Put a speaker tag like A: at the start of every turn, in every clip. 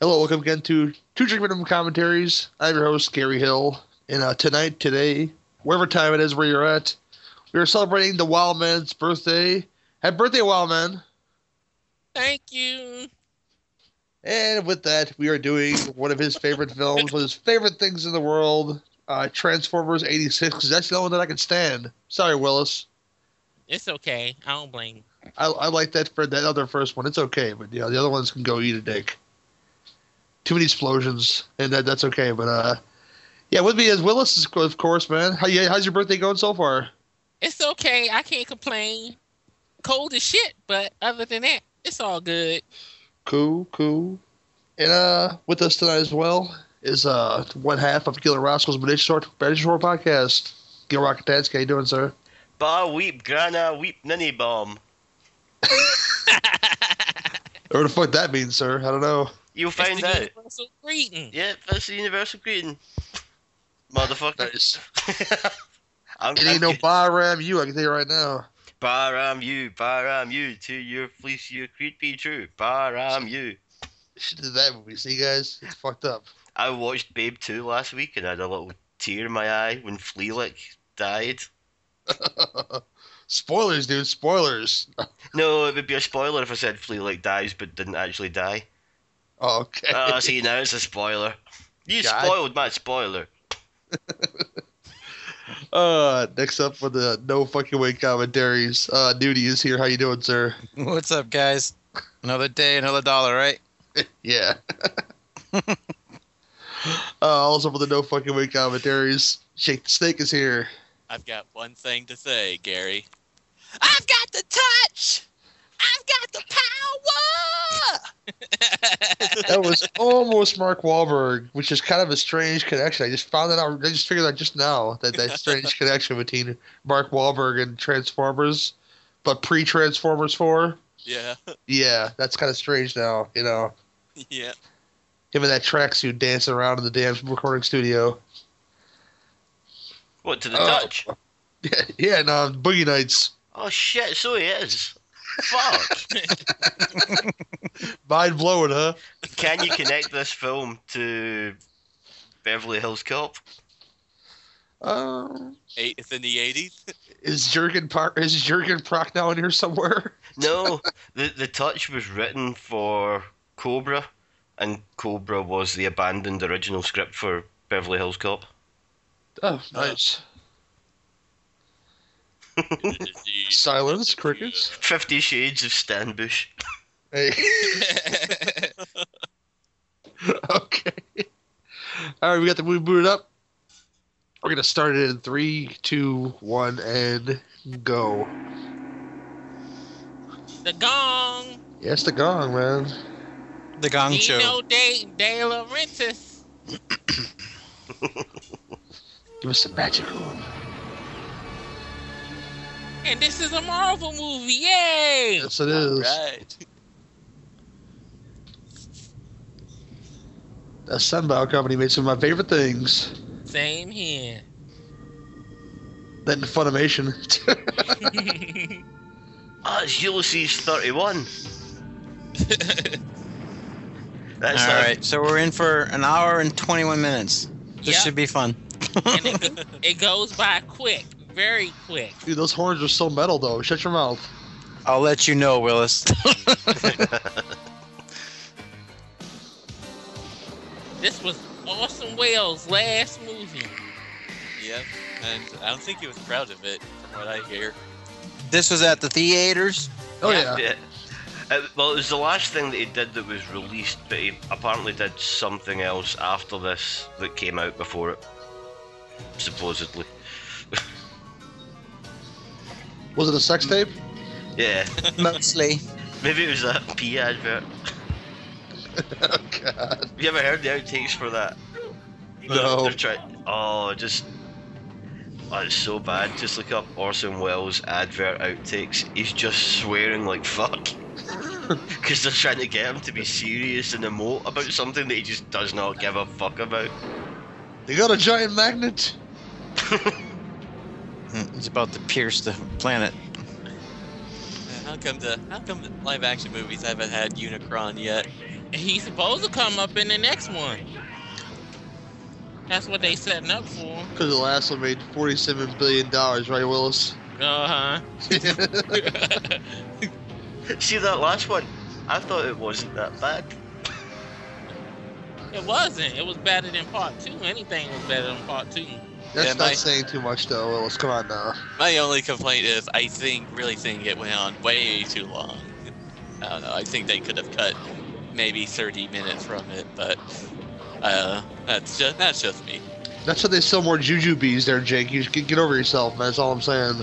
A: Hello, welcome again to Two Drink Minimum Commentaries. I'm your host, Gary Hill. And uh, tonight, today, wherever time it is where you're at, we are celebrating the Wildman's birthday. Happy birthday, Wildman!
B: Thank you.
A: And with that, we are doing one of his favorite films, one of his favorite things in the world, uh, Transformers 86, 'cause that's the only one that I can stand. Sorry, Willis.
B: It's okay. I don't blame. you.
A: I, I like that for that other first one. It's okay, but you know, the other ones can go eat a dick. Too many explosions, and that, that's okay. But uh, yeah, with me is Willis, of cour- of course, man. How you, how's your birthday going so far?
B: It's okay. I can't complain. Cold as shit, but other than that, it's all good.
A: Cool, cool. And uh, with us tonight as well is uh one half of Killer Rascals British Short British Short Podcast. Gil Rocketans, how you doing, sir?
C: Ba weep grana weep nanny bomb.
A: Or the fuck that means, sir? I don't know.
C: You'll
B: it's
C: find
B: the
C: out.
B: universal greeting.
C: Yeah, that's the universal greeting. Motherfucker.
A: Nice.
C: I'm,
A: It
C: I'm
A: ain't no
C: good.
A: bar ram you. I can tell you right now.
C: Bar I'm you, bar I'm you, to your fleece your creed be true. Bar I'm you.
A: Should do that movie. See, guys, it's fucked up.
C: I watched Babe 2 last week and had a little tear in my eye when Fleelick died.
A: Spoilers, dude. Spoilers.
C: No, it would be a spoiler if I said Fleelick dies but didn't actually die.
A: Oh, okay.
C: Oh, see, now it's a spoiler. You
A: God.
C: spoiled my spoiler.
A: Uh, next up for the no fucking way commentaries. Uh, Nudie is here. How you doing, sir?
D: What's up, guys? Another day, another dollar, right?
A: yeah. uh, also for the no fucking way commentaries. Shake the Snake is here.
E: I've got one thing to say, Gary.
B: I've got the touch. I've got the power.
A: That was almost Mark Wahlberg, which is kind of a strange connection. I just found that out. I just figured out just now that that strange connection between Mark Wahlberg and Transformers, but pre-Transformers Four.
E: Yeah,
A: Yeah, that's kind of strange now. You know.
E: yeah.
A: him in that tracksuit dancing around in the damn recording studio.
C: What, to the
A: Oh.
C: touch?
A: yeah, no, Boogie Nights.
C: Oh shit, so he is. Fuck.
A: Mind blowing, huh?
C: Can you connect this film to Beverly Hills Cop?
A: Um,
E: Eight, it's in the eighties.
A: is Jurgen Park is Jurgen Prock now in here somewhere?
C: No, the the touch was written for Cobra, and Cobra was the abandoned original script for Beverly Hills Cop.
A: Oh, nice. Silence, crickets.
C: Fifty Shades of Stanbush.
A: Hey, okay. All right, we got the movie booted up. We're gonna start it in three, two, one, and go.
B: the gong.
A: Yes, the gong, man.
D: The Gong Show.
B: Dino De, De Laurentiis.
A: Give us the magic one.
B: And this is a Marvel movie. Yay!
A: Yes, it is.
E: right.
A: That Sunbow company made some of my favorite things.
B: Same here.
A: Then Funimation.
C: Ah, it's Ulysses thirty one. That's
D: All
C: not-
D: right, so we're in for an hour and 21 minutes. This
B: Yep.
D: should be fun.
B: and it, it goes by quick, very quick.
A: Dude, those horns are so metal, though. Shut your mouth.
D: I'll let you know, Willis.
B: This was Orson Welles' last movie.
E: Yeah, and I don't think he was proud of it, from what I hear.
D: this was at the theaters.
A: Oh
B: Yeah.
A: yeah.
C: Yeah. Uh, well, it was the last thing that he did that was released, but he apparently did something else after this that came out before it, supposedly.
A: Was it a sex tape?
C: Yeah,
D: Mostly.
C: maybe it was that P advert.
A: oh god.
C: Have you ever heard the outtakes for that?
A: No.
C: They're trying. Oh, just. Oh, it's so bad. Just look up Orson Welles advert outtakes. He's just swearing like fuck. Because they're trying to get him to be serious and emote about something that he just does not give a fuck about.
A: They got a giant magnet.
D: He's Mm, about to pierce the planet.
E: How come the How come the live action movies haven't had Unicron yet?
B: he's supposed to come up in the next one. That's what they setting up for.
A: Because the last one made forty-seven billion dollars, right, Willis?
B: Uh huh.
C: See that last one? I thought it wasn't that bad.
B: It wasn't. It was better than part two. Anything was better than part two.
A: That's
E: Yeah,
A: not
E: my-
A: saying too much, though, Willis. Come on now.
E: My only complaint is I think really think it went on way too long. I don't know. I think they could have cut maybe 30 minutes from it, but uh, that's just that's just me.
A: That's how they sell more juju bees there, Jake. You just get, get over yourself, man. That's all I'm saying.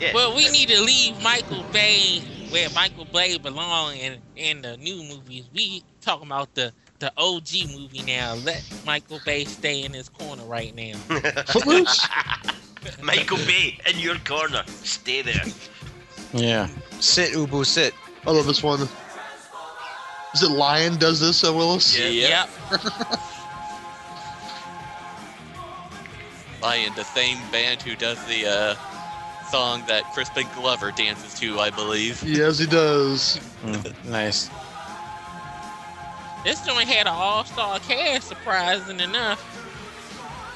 C: Yeah.
B: Well, we need to leave Michael Bay where Michael Bay belong in in the new movies. We talking about the the OG movie now. Let Michael Bay stay in his corner right now.
A: Footloose?
C: Michael Bay in your corner. Stay there.
D: Yeah. Sit, Ubu, sit.
A: I love this one. Is it Lion does this, uh, Willis?
E: Yeah.
B: Yep.
E: Lion, the same band who does the uh, song that Crispin Glover dances to, I believe.
A: Yes, he does.
D: Mm, nice.
B: This joint had an all star cast, surprising enough.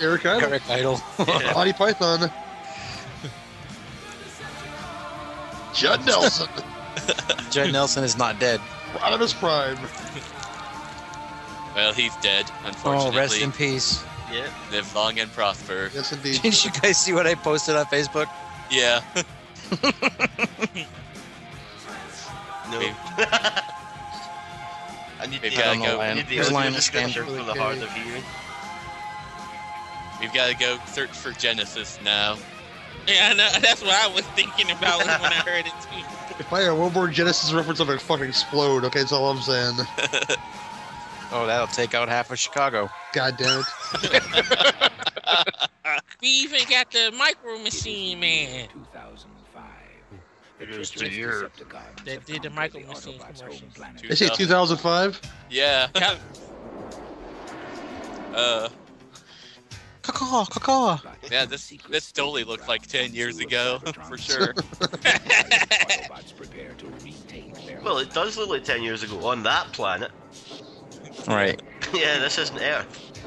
A: Eric Idle.
D: Correct idol.
A: Monty Python. Judd Nelson.
D: Judd Nelson is not dead.
A: out of his prime.
E: Well, he's dead, unfortunately.
D: Oh, rest in peace.
C: Yeah.
E: Live long and prosper.
A: Yes, indeed.
D: Didn't you guys see what I posted on Facebook?
E: Yeah.
C: No.
E: Maybe-
C: I need
E: Maybe
C: the,
E: I
C: I
E: don't know,
D: man.
C: need the
D: Here's
C: audio
D: Lionel
C: description
A: Sanders.
C: for the hard of hearing.
E: We've got to go search for Genesis now.
B: Yeah, I know, that's what I was thinking about when I heard it too.
A: If I had one more Genesis reference, I'm gonna fucking explode. Okay, that's all I'm saying.
D: Oh, that'll take out half of Chicago.
A: God damn it.
B: We even got the micro machine man.
F: 2005.
C: It was the year.
B: That did the Michael Machine commercials.
A: They say 2005.
E: Yeah.
B: Yeah.
E: Uh,
D: Caw, caw.
E: yeah, this this totally looked like 10 years ago, for sure.
C: Well, it does look like 10 years ago on that planet.
D: Right.
C: yeah, this isn't Earth.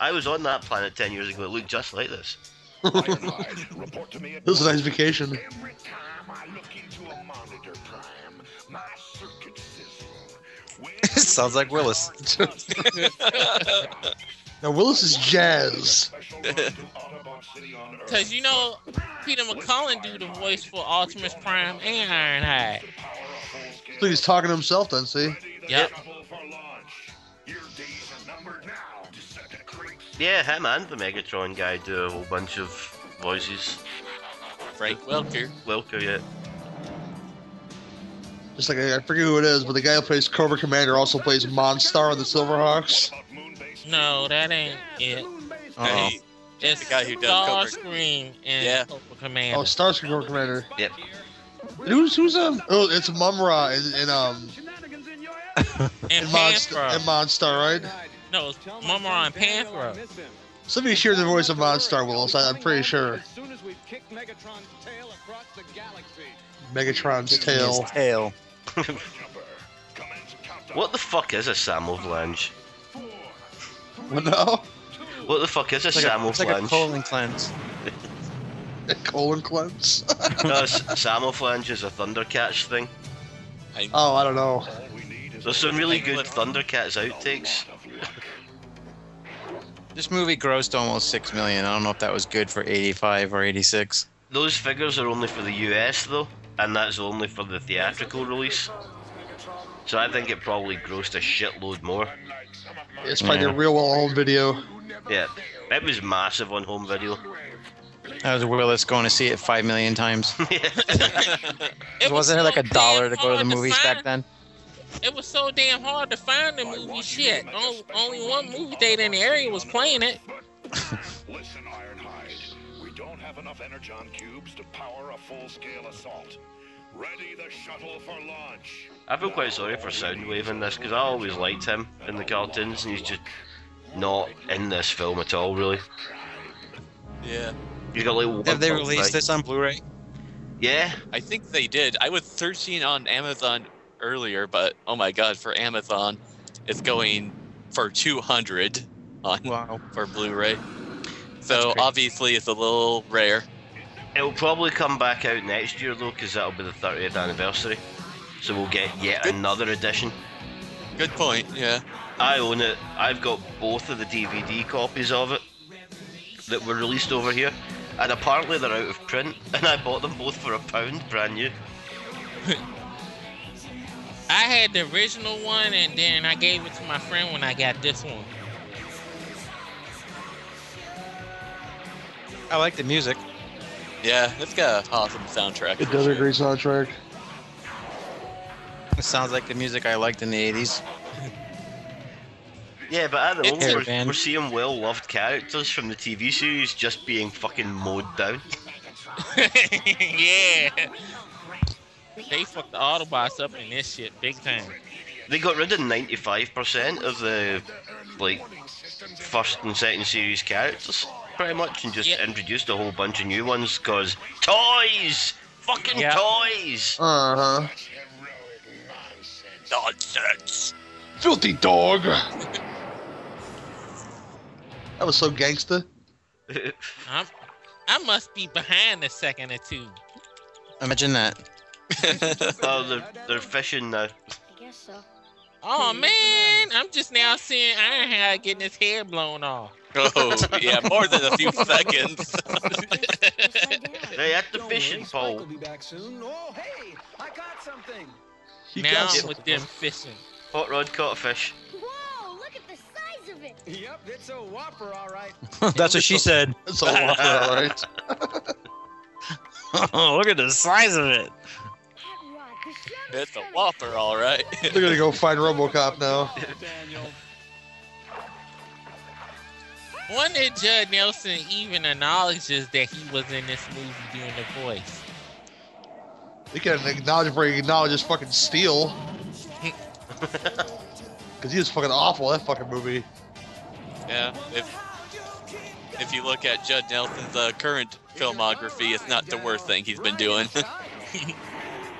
C: I was on that planet 10 years ago. It looked just like this.
F: report to me at
A: This is a nice vacation.
F: Every time I look into a monitor prime, my circuit sizzle.
D: Sounds like Willis.
A: Now Willis is jazz.
B: Cause you know Peter McCullen do the voice for Optimus Prime and Ironhide.
A: So he's talking to himself then, see?
B: Yep.
C: Yeah, him and the Megatron guy do a whole bunch of voices.
E: Frank Welker.
C: Welker, yeah.
A: Just like I I forget who it is, but the guy who plays Cobra Commander also plays Monstar on the Silverhawks. Oh,
B: No, that ain't it.
D: Uh-oh.
E: Hey,
B: It's
E: The guy who does Cobra.
B: Starscream and
E: Yeah.
B: Cobra
A: Oh,
B: Commander.
A: Starscream Cobra Commander.
C: Yep.
A: And who's who's um? Oh, it's Mumra and, and um
B: and
A: and Monstar
B: Panthro.
A: and Monstar, right?
B: no, it's Mumra and Panthro.
A: Somebody share the voice of Monstar, Willis. I, I'm pretty sure.
G: soon as we've kicked Megatron's tail across the galaxy.
A: Megatron's tail.
D: His tail.
C: What the fuck is a Samovlange?
A: What no?
C: What the fuck is a
D: It's like, a, it's like a
C: Samovlange?
D: colon cleanse.
A: Colon cleanse.
C: no, s- Samoflange is a Thundercats thing.
A: Oh, I don't know.
C: There's some really good Thundercats outtakes.
D: This movie grossed almost six million. I don't know if that was good for eighty-five or eighty-six.
C: Those figures are only for the US though, and that's only for the theatrical release. So I think it probably grossed a shitload more.
A: It's probably a real well home video.
C: Yeah, it was massive on home video.
D: That was Willis going to see it five million times.
B: It was
D: Wasn't it like
B: so
D: a dollar
B: damn
D: to go to the
B: hard
D: movies
B: find-
D: back then?
B: It was so damn hard to find the movie. Shit, only, only one movie theater in the area was playing it.
F: Listen, Ironhide, we don't have enough energon cubes to power a full-scale assault. Ready the shuttle for launch.
C: I feel quite sorry for Soundwave in this because I always liked him in the cartoons, and he's just not in this film at all, really.
E: Yeah.
C: He's got like one
D: Have they
C: little
D: released
C: thing.
D: this on Blu-ray?
C: Yeah,
E: I think they did. I was searching on Amazon earlier, but oh my god, for Amazon, it's going for 200 on
D: Wow.
E: for Blu-ray. So
D: crazy.
E: obviously, it's a little rare.
C: it'll probably come back out next year though, because that'll be the 30th anniversary. So we'll get yet
E: Good.
C: another edition.
E: Good point. Yeah.
C: I own it. I've got both of the DVD copies of it that were released over here, and apparently they're out of print. And I bought them both for a pound, brand new.
B: I had the original one, and then I gave it to my friend when I got this one.
D: I like the music.
E: Yeah, it's got an awesome soundtrack.
A: It
E: for
A: does
E: sure.
A: a great soundtrack.
D: It sounds like the music I liked in the 80s.
C: Yeah, but at the
E: It's
C: moment we're,
D: Caravan.
C: we're seeing well-loved characters from the TV series just being fucking mowed down.
B: yeah. They fucked the Autobots up in this shit big time.
C: They got rid of 95% of the like first and second series characters, pretty much, and just
B: Yeah.
C: introduced a whole bunch of new ones. Cause toys, fucking
B: Yeah.
C: toys.
A: Uh huh.
E: Nonsense.
A: Filthy dog. that was so gangster.
B: I'm, I must be behind a second or two.
D: Imagine that.
C: Oh, they're, they're fishing now.
H: I guess so.
B: Oh
H: Hmm, what's the
B: man, I'm just now seeing Ironhide getting his hair blown off.
E: oh yeah, more than a few seconds.
H: Just lay down.
C: They at the
G: Don't
C: fishing
G: worry, Spike
C: pole.
G: will be back soon. Oh, hey, I caught something.
A: He
B: now
A: got
B: with them fishing.
C: Hot rod caught a fish.
H: Whoa, look at the size of it.
G: Yep, it's a whopper, all right.
D: That's what she said.
A: That's a lot, all right.
D: Look at the size of it.
H: Hot rod, the shove is
E: It's a
H: coming.
E: whopper, all right.
A: They're gonna go find RoboCop now.
G: Daniel.
B: Wonder if Judd Nelson even acknowledges that he was in this movie doing the voice.
A: They can acknowledge before he acknowledges fucking Steel. Cause he was fucking awful that fucking movie.
E: Yeah, if if you look at Judd Nelson's uh, current filmography, it's not the worst thing he's been doing.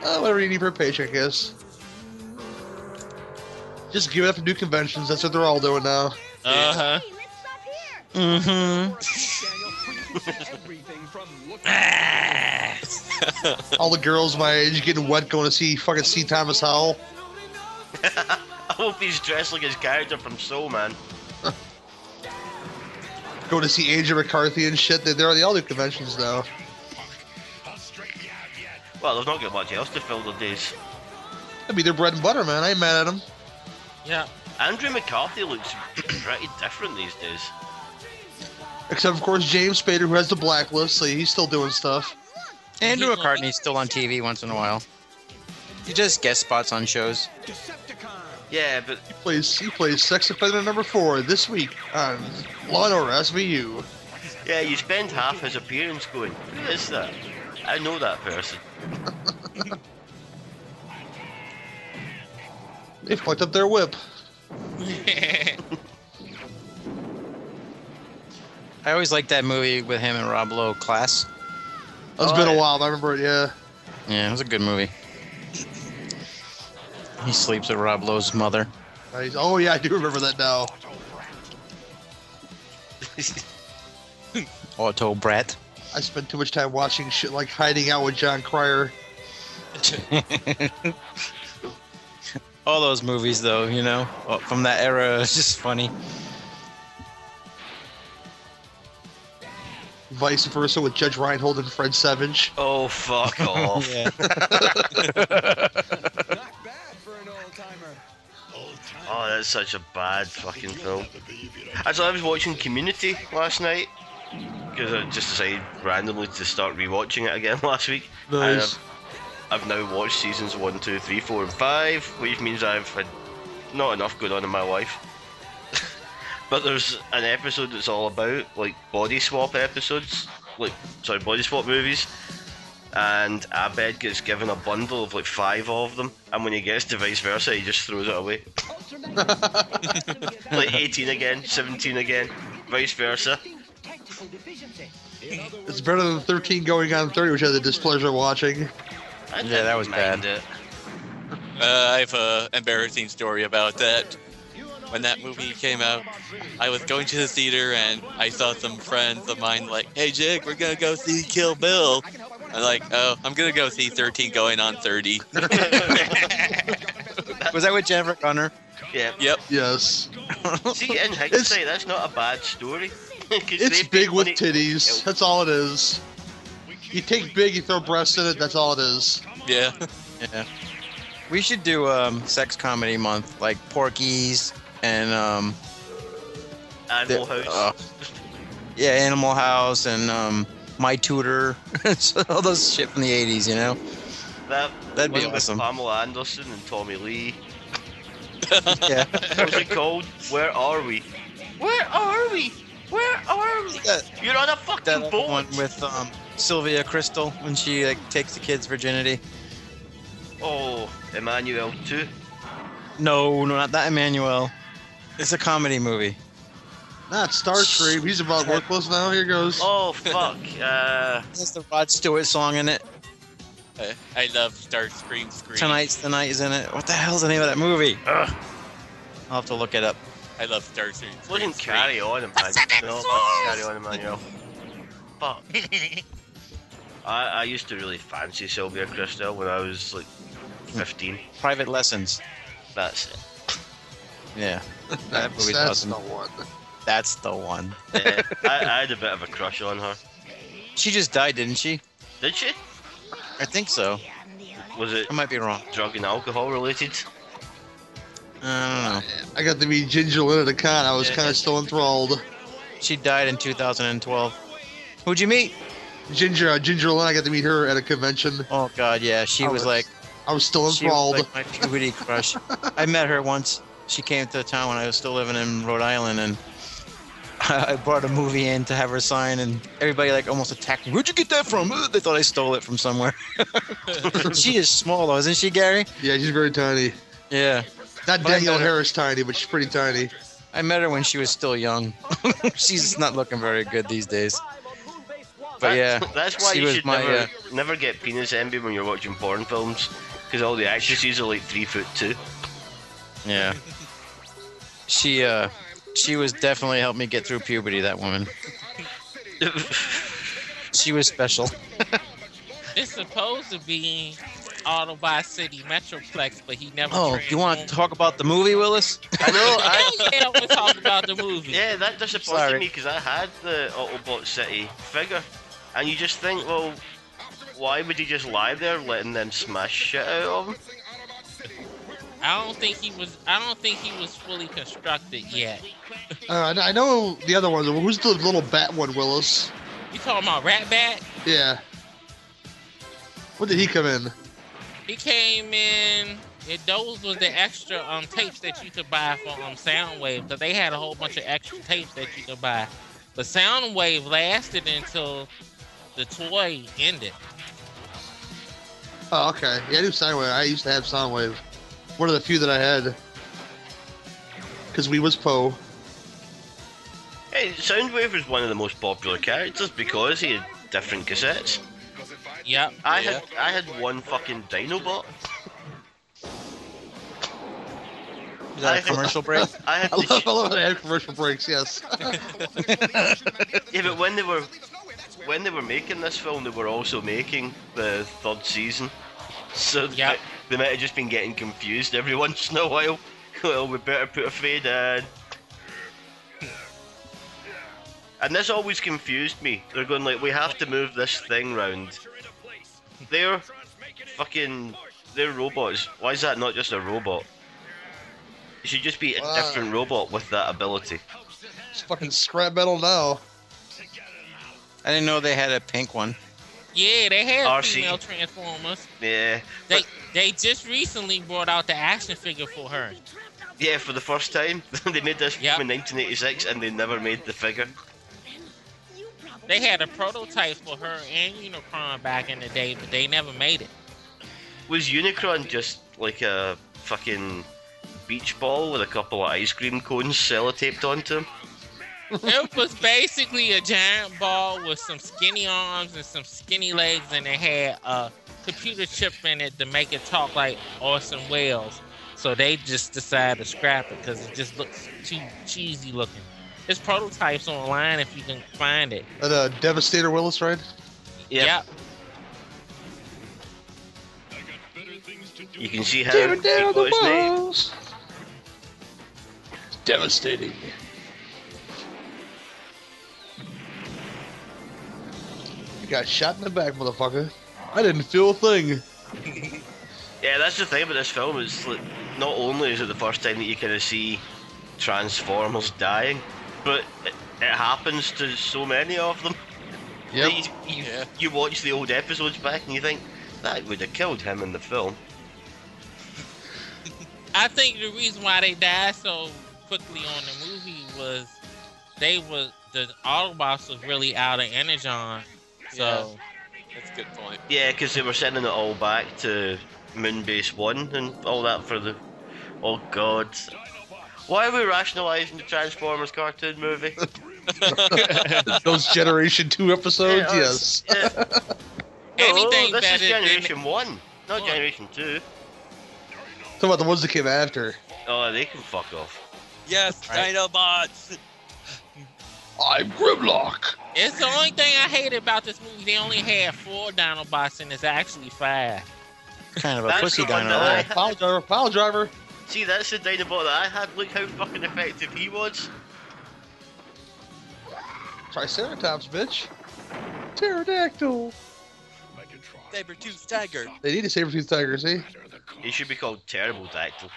A: Uh, whatever you need per paycheck is. Just give it up to do conventions. That's what they're all doing now. Uh-huh.
B: Uh huh.
H: Hey, let's stop here.
D: Mm-hmm.
G: Daniel, you can say everything from look.
E: Uh,
A: All the girls my age getting wet going to see fucking see Thomas Howell.
C: I hope he's dressed like his character from Soul Man.
A: Go to see Angel McCarthy and shit. They- They're at all the conventions now.
C: Well, they've not got much else to fill their days.
A: I mean, they're bread and butter, man. I ain't mad at them.
B: Yeah.
C: Andrew McCarthy looks pretty different these days.
A: Except, of course, James Spader, who has the blacklist, so he's still doing stuff.
D: Andrew McCartney's still on TV once in a while. He just guest spots on shows.
G: Decepticon.
C: Yeah, but
A: He plays he plays sex offender number four this week on Law and Order SVU.
C: yeah, you spend half his appearance going, who is that? I know that person.
A: They fucked up their whip.
D: I always liked that movie with him and Rob Lowe, Class.
A: It's
C: Oh,
A: been a
C: yeah.
A: while. I remember it. Yeah.
D: Yeah, it was a good movie. He sleeps with Rob Lowe's mother.
A: Uh, he's- Oh yeah, I do remember that now.
D: Otto Brett.
A: I spent too much time watching shit like Hiding Out with John Cryer.
D: All those movies, though, you know, uh, from that era, it's just funny.
A: Vice versa with Judge Reinhold and Fred Savage.
C: Oh, fuck off.
D: Yeah.
G: Not bad for an old timer.
C: Oh, that's such a bad fucking film. Actually, I was watching Community last night because I just decided randomly to start rewatching it again last week.
A: Nice.
C: I've now watched seasons one, two, three, four, and 5, which means I've had not enough going on in my life. but there's an episode that's all about, like, body swap episodes, like, sorry, body swap movies. And Abed gets given a bundle of like five of them, and when he gets to vice versa, he just throws it away. like 18 again, 17 again, vice versa.
A: It's better than 13 going on 30, which I had the displeasure of watching.
C: I
D: Yeah, that was
C: didn't
D: bad.
C: mind It.
E: Uh, I have a embarrassing story about that. When that movie came out, I was going to the theater and I saw some friends of mine like, "Hey, Jake, we're gonna go see Kill Bill." I'm like, "Oh, I'm gonna go see 13 going on 30."
D: Was that with Jennifer Gunner?
C: Yeah.
E: Yep.
A: Yes.
C: See, in hindsight, that's not a bad story. 'Cause
A: It's
C: they
A: big
C: paid
A: with
C: money-
A: titties. That's all it is. You take big, you throw breasts in it, that's all it is.
E: Yeah.
D: Yeah. We should do um sex comedy month, like Porky's and um
C: Animal
D: the-
C: House.
D: uh, yeah, Animal House and um My Tutor, So all those shit from the '80s, you know.
C: that,
D: that'd be
C: one with
D: awesome.
C: Pamela Anderson and Tommy Lee.
D: Yeah,
C: What was it called? Where are we? Where are we? Where are we?
D: That-
C: You're on a fucking
D: that
C: boat.
D: one with um Sylvia Crystal when she like takes the kid's virginity.
C: Oh, Emmanuel too.
D: No, no, not that Emmanuel. It's a comedy movie.
A: Not Star Trek. He's about worthless now. Here goes.
C: Oh fuck. Uh,
D: Has the Rod Stewart song in it.
E: I- I love Star Scream Scream.
D: Tonight's the night is in it. What the hell's the name of that movie?
C: Ugh.
D: I'll have to look it up.
E: I love Star Scream. Scream.
C: wasn't carry on, Emmanuel. No, it wasn't carry on, Emmanuel. Fuck. I, I used to really fancy Sylvia Kristel when I was like 15.
D: Private Lessons.
C: That's it.
D: Yeah, that
A: that's
D: movie's
A: that's
D: awesome.
A: the one.
D: That's the one.
C: Yeah, Uh, I, I had a bit of a crush on her.
D: She just died, didn't she?
C: Did she?
D: I think so.
C: Was it
D: I might be wrong.
C: drug and alcohol related?
D: I don't know.
A: I got to meet Ginger Lynn at a con. I was kind of still enthralled.
D: She died in 2012. Who'd you meet?
A: Ginger, uh, Ginger Lynn, I got to meet her at a convention.
D: Oh God, yeah, she
A: Oh,
D: was
A: it's
D: like
A: I was still
D: she was
A: enthralled.
D: like my puberty crush. I met her once. She came to town when I was still living in Rhode Island, and I brought a movie in to have her sign, and everybody like almost attacked me. Where'd you get that from? Ugh, They thought I stole it from somewhere. she is small though, isn't she, Gary?
A: yeah, she's very tiny.
D: Yeah,
A: Not
D: But I
A: Danielle
D: met her.
A: Harris tiny, but she's pretty tiny.
D: I met her when she was still young. She's not looking very good these days. But yeah,
C: That's- that's why
D: she
C: you
D: was
C: should
D: my,
C: never,
D: uh,
C: never get penis envy when you're watching porn films, because all the actresses are like three foot two.
D: yeah. She uh, she was definitely helped me get through puberty. That woman. She was special.
B: It's supposed to be Autobot City Metroplex, but he never.
D: Oh, you want to
B: transformed.
D: talk about the movie, Willis?
C: I know. I,
B: Hell yeah, we're talking about the movie.
C: yeah, that disappointed
D: Sorry.
C: me 'cause me because I had the Autobot City figure, and you just think, well, why would he just lie there letting them smash shit out of him?
B: I don't think he was. I don't think he was fully constructed yet.
A: Uh, I know the other ones. Who's the little bat one, Willis?
B: You talking about Ratbat?
A: Yeah. When did he come in?
B: He came in. It, those was the extra um tapes that you could buy for um Soundwave because they had a whole bunch of extra tapes that you could buy. But Soundwave lasted until the toy ended.
A: Oh, okay. Yeah, I knew Soundwave. I used to have Soundwave. One of the few that I had. Because we was Poe.
C: Hey, Soundwave was one of the most popular characters because he had different cassettes.
B: Yep.
C: I had I had one fucking Dinobot.
D: Is that a commercial break?
C: I had
A: I
C: the
A: love, I love how they had commercial breaks, yes.
C: Yeah, but when they were when they were making this film, they were also making the third season, so
B: Yeah.
C: they, they might have just been getting confused every once in a while. Well, we better put a fade in. And this always confused me. They're going like, we have to move this thing round. They're fucking, they're robots. Why is that not just a robot? It should just be a
A: Wow.
C: different robot with that ability.
A: It's fucking scrap metal now.
D: I didn't know they had a pink one.
B: Yeah, they had
C: RC.
B: female Transformers.
C: Yeah.
B: They they just recently brought out the action figure for her.
C: Yeah, for the first time. they made this
B: Yeah.
C: film in 1986 and they never made the figure.
B: They had a prototype for her and Unicron back in the day, but they never made it.
C: Was Unicron just like a fucking beach ball with a couple of ice cream cones sellotaped onto him?
B: it was basically a giant ball with some skinny arms and some skinny legs, and it had a computer chip in it to make it talk like Orson Welles. So they just decided to scrap it because it just looks too cheesy looking. There's prototypes online if you can find it.
A: That uh, Devastator Willis ride?
C: Yep.
B: Yep.
C: You can see how he got his name.
A: walls. Devastating. You got shot in the back, motherfucker. I didn't feel a thing.
C: Yeah, that's the thing about this film is like, not only is it the first time that you kind of see Transformers dying, but it, it happens to so many of them.
A: Yep.
C: Like, You, you,
E: Yeah.
C: you watch the old episodes back and you think that would have killed him in the film.
B: I think the reason why they died so quickly on the movie was they were the Autobots was really out of energon. So
E: That's a good point.
C: Yeah, because they were sending it all back to Moonbase One and all that for the. Oh God! Why are we rationalising the Transformers cartoon movie?
A: Those Generation 2 episodes,
C: Yeah,
A: yes.
C: it's- yeah.
B: Oh, anything
C: no, this
B: better
C: is
B: than-
C: Generation One, not
B: One.
C: Generation Two.
A: Talk about the ones that came after.
C: Oh, they can fuck off.
E: Yes,
D: Right.
E: Dinobots.
A: I'm Grimlock.
B: It's the only thing I hated about this movie. They only had four Dinobots, and it's actually five.
D: Kind of a
C: That's
D: pussy
C: the one
D: dino.
C: that I-
A: Oh, pile driver, pile driver.
C: See, that's the Dinobot that I had. Look how fucking effective he was.
A: Triceratops, bitch. Pterodactyl.
E: Saber-tooth tiger.
A: They need a saber-tooth tiger, see?
C: He should be called Terrible Dactyl.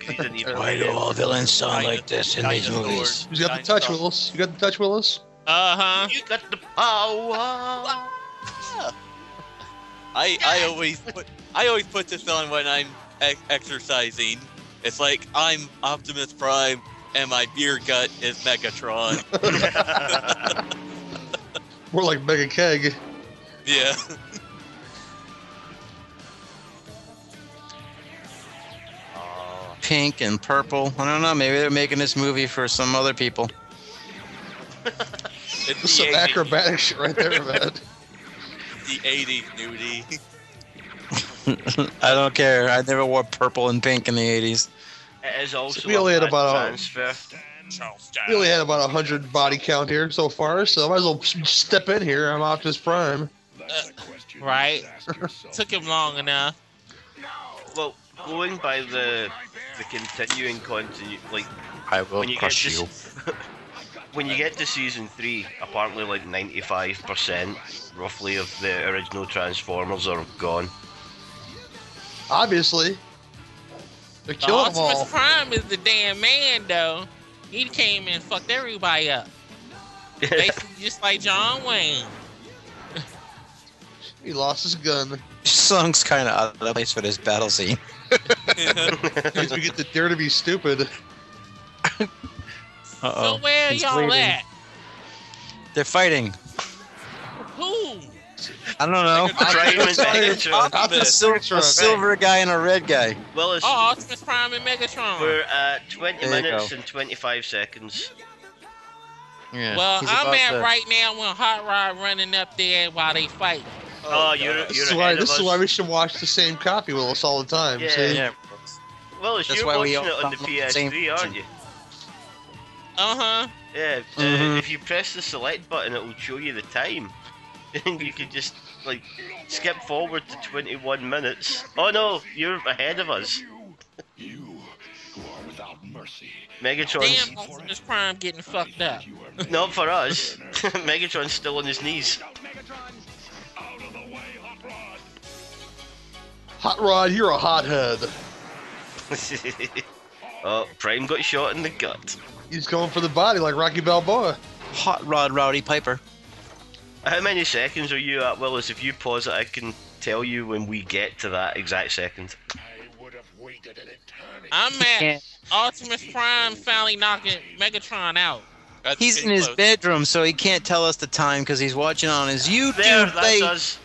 C: 'Cause he didn't even.
A: Why
D: Why do all villains sound
E: Dino-
D: like this in these
E: dinosaur.
D: movies?
A: You got the touch,
E: Dinosaur.
A: Willis. You got the touch, Willis.
B: Uh huh.
C: You got the power.
E: I, I always put I always put this on when I'm e- exercising. It's like I'm Optimus Prime and my beer gut is Megatron.
A: More like Mega Keg.
E: yeah.
C: Oh,
D: Pink and purple. I don't know. Maybe they're making this movie for some other people.
A: That's
E: It's the,
A: some
E: 80s,
A: acrobatic shit right there, man.
E: the 80s nudie.
D: I don't care. I never wore purple and pink in the 80s.
C: it is also
A: we only had
C: a bad
A: about a-
C: transfer.
A: We only had about hundred body count here so far, so I might as well s- step in here. I'm Optimus Prime.
B: right. Took him long enough.
C: Well, going by the the continuing continu like
D: I will
C: when you get to, s- when you get to season three, apparently like ninety five percent roughly of the original Transformers are gone.
A: Obviously, they're
B: The
A: killing them
B: Optimus
A: all.
B: Prime is the damn man, though. He came and fucked everybody up. Basically, just like John Wayne.
A: He lost his gun.
D: Song's kind of out of place for this battle scene.
A: As we get to dare to be stupid.
D: Uh
B: so
D: oh.
B: where
D: he's
B: y'all
D: bleeding.
B: at?
D: They're fighting.
B: Who?
D: I don't know.
C: Optimus Megatron.
D: Not the
E: Optimus.
D: silver, a silver guy and a red guy.
C: Well, it's,
B: Oh, Optimus Prime and Megatron.
C: we're at twenty
D: There you
C: minutes
D: go.
C: and twenty five seconds.
D: Yeah,
B: well,
D: he's
B: I'm
D: about
B: at
D: to-
B: right now when Hot Rod running up there while they fight.
C: Oh, you're
E: God.
A: This
C: you're
A: is
C: ahead
A: why.
C: of
A: This
C: us.
A: is why we should watch the same copy with us all the time.
C: Yeah.
A: see?
D: Yeah.
C: Well, it's
D: That's
C: you're
D: why
C: watching
D: we
C: it
D: all
C: on the
D: come from the same
C: PS3, aren't
D: region.
C: you?
B: Uh huh.
C: Yeah. if-
D: Mhm.
A: Mm-hmm.
C: Uh, if you press the select button, it will show you the time, and you can just like skip forward to twenty one minutes. Oh no, you're ahead of us.
F: You who are without mercy.
C: Megatron's
B: Damn, Optimus Prime getting fucked up.
F: You are made
C: not for us.
F: prisoner.
C: Megatron's still on his knees.
F: Out of the way, Hot Rod.
A: Hot Rod, you're a hothead.
C: oh, Prime got shot in the gut.
A: He's going for the body like Rocky Balboa.
D: Hot Rod Rowdy Piper.
C: How many seconds are you at, Willis? If you pause it, I can tell you when we get to that exact second.
F: I would have waited an eternity.
B: I'm at
D: Yeah.
B: Optimus Prime finally knocking Megatron out.
E: That's
D: He's in
E: pretty
D: his
E: close.
D: bedroom, so he can't tell us the time because he's watching on his YouTube
C: There, that's
D: page.
C: us.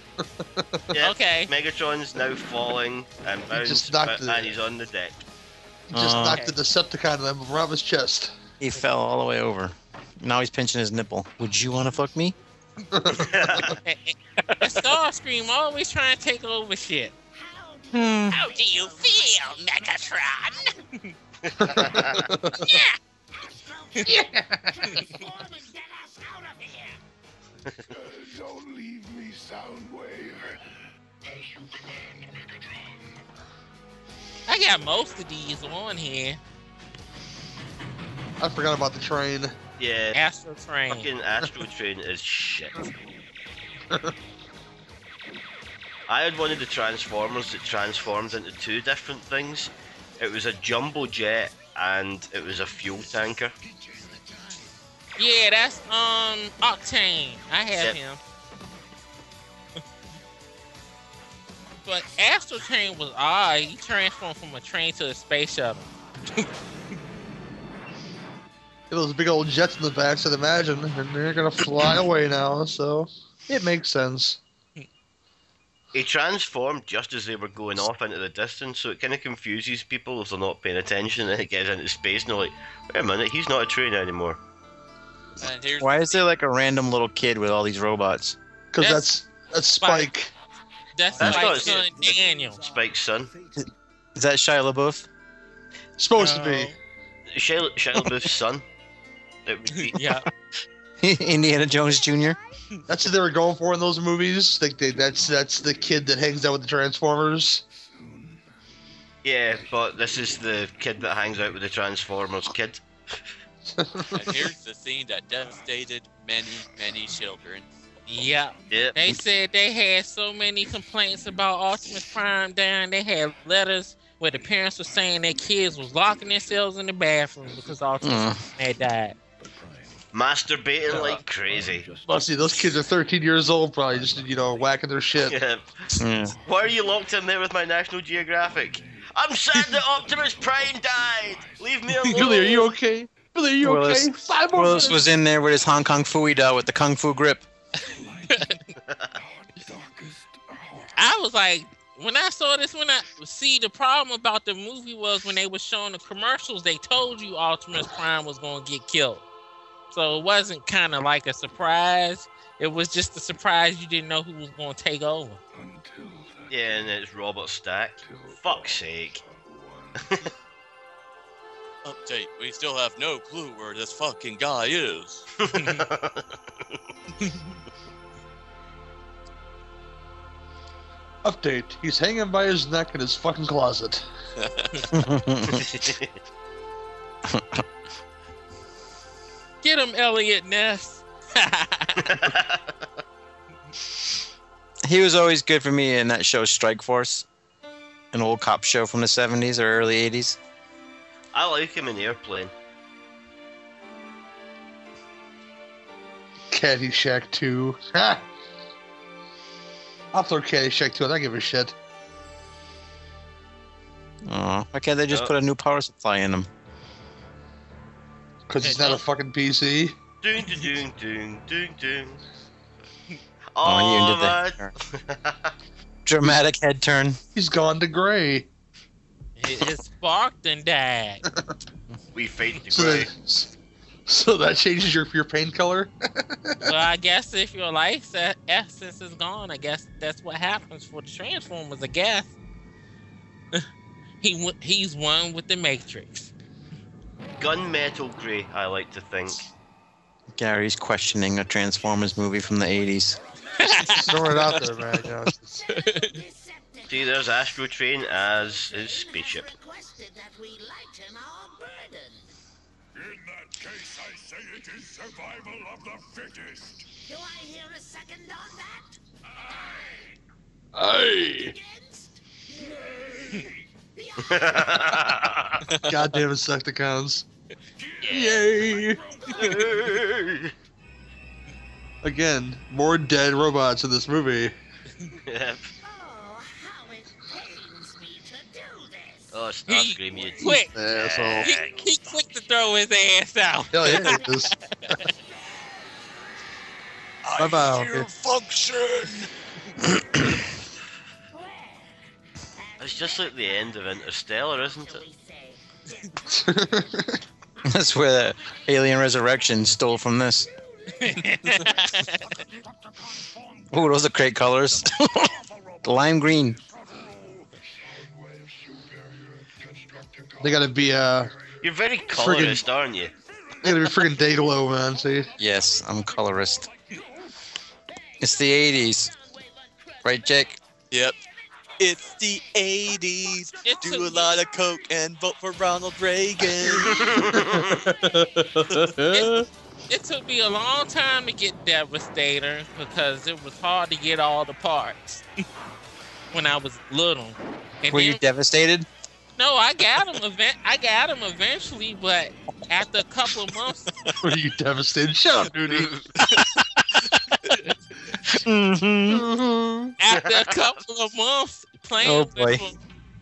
C: Yeah,
B: Okay.
C: Megatron's now falling and
A: just knocked
C: bounced, and
A: it.
C: he's on the deck.
A: He just
D: Oh.
C: Uh,
A: knocked the Decepticon out of his chest.
D: He fell all the way over. Now he's pinching his nipple. Would you want to fuck me?
B: Starscream always trying to take over shit.
H: How do
D: Hmm.
I: How do you feel, Megatron?
H: transform and get us out of here?
F: Don't leave me, Soundwave.
B: I got most of these on here.
A: I forgot about the train.
C: yeah,
B: Astro Train.
C: fucking Astro Train is shit. I had one of the Transformers that transformed into two different things. It was a jumbo jet and it was a fuel tanker.
B: Yeah, that's um Octane. I have
C: Yep.
B: him. but Astro Train was odd. He transformed from a train to a space shuttle.
A: Get those big old jets in the back, so I'd imagine, and they're gonna fly away now. So it makes sense.
C: He transformed just as they were going off into the distance, so it kind of confuses people if they're not paying attention and it gets into space and they're like, wait a minute, he's not a train anymore.
E: And here's
D: Why is there like a random little kid with all these robots?
A: Because
B: That's-
A: that's that's Spike.
B: That's,
C: That's
B: like
C: not a-
B: son Daniel.
C: Spike's son.
D: Is that Shia LaBeouf?
A: Supposed to be.
C: Shia, Shia LaBeouf's son. It would be
B: Yeah.
D: Indiana Jones Jr.
A: That's what they were going for in those movies. Like they, that's that's the kid that hangs out with the Transformers.
C: Yeah, but this is the kid that hangs out with the Transformers kid.
E: and here's the scene that devastated many, many children.
B: Yeah.
C: Yeah.
B: They said they had so many complaints about Optimus Prime down. They had letters where the parents were saying their kids was locking themselves in the bathroom because Optimus
D: Mm.
B: had died.
C: Masturbating like crazy.
A: Well, see, those kids are 13 years old, probably just you know whacking their shit.
C: Yeah.
D: Yeah.
C: Why are you locked in there with my National Geographic? I'm sad that Optimus Prime died! Leave me alone!
A: Billy, are you okay? Billy, are you
D: Willis-
A: okay? Five more
D: Willis
A: minutes.
D: was in there with his Hong Kong fooey da with the kung fu grip.
B: I was like, when I saw this, when I see the problem about the movie was when they were showing the commercials, they told you Optimus Prime was gonna get killed. So it wasn't kind of like a surprise. It was just a surprise you didn't know who was gonna take over.
C: Yeah, and it's Robert Stack. Fuck's sake.
E: Update: We still have no clue where this fucking guy is.
A: Update: He's hanging by his neck in his fucking closet.
B: Get him, Elliot Ness.
D: he was always good for me in that show Strike Force, an old cop show from the 70s or early 80s.
C: I like him in Airplane.
A: Caddyshack 2. Ha! I'll throw Caddyshack 2. I don't give a shit.
D: Aw, why can't they just
C: Uh,
D: put a new power supply in them?
A: Because it's not a fucking PC.
C: Doing, doing, doing, doing, doing.
D: Oh,
C: Oh,
D: you did
C: man.
D: Dramatic head turn.
A: He's gone to gray.
B: His his spark done died.
C: We fade to
A: So,
C: grey.
A: that, so that changes your your paint color.
B: well, I guess if your life e- essence is gone, I guess that's what happens for the Transformers. I guess he w- he's one with the Matrix.
C: Gunmetal grey, I like to think.
D: Gary's questioning a Transformers movie from the 80s.
A: Throw it out there, man. you know, it's- it's-
H: Deceptive.
C: See, there's Astro Train as his spaceship.
H: Requested that we lighten our burden.
F: In that case, I say it is survival of the fittest.
H: Do I hear a second on that? Against? Oh, The
A: Goddamn Insecticons.
C: yeah.
A: Yay! Again, more dead robots in this movie.
H: Oh, how it pains me to do this.
C: oh, Starscream, you
B: Quick,
A: Asshole.
B: he, he quick to throw his ass out.
A: Hell yeah, it is. Bye bye.
H: Well,
C: It's just like the end of Interstellar, isn't
H: shall
C: it?
H: we say?
D: That's where the Alien Resurrection stole from this. Ooh, those are great colors. Lime green.
A: They gotta be uh,
C: You're very colorist, aren't you?
A: they gotta be freaking Daedalo, man. See,
D: Yes, I'm colorist. It's the 80s. Right, Jake?
E: Yep. It's the 80s.
B: It
E: Do a
B: took,
E: lot of coke and vote for Ronald Reagan.
B: it took me a long time to get Devastator because it was hard to get all the parts when I was little. And
D: Were
B: then-
D: you devastated?
B: no, I got him event. I got him eventually, but after a couple of months,
A: what are you devastated? Shut up, dude.
B: after a couple of months playing
D: Oh, boy.
B: with him,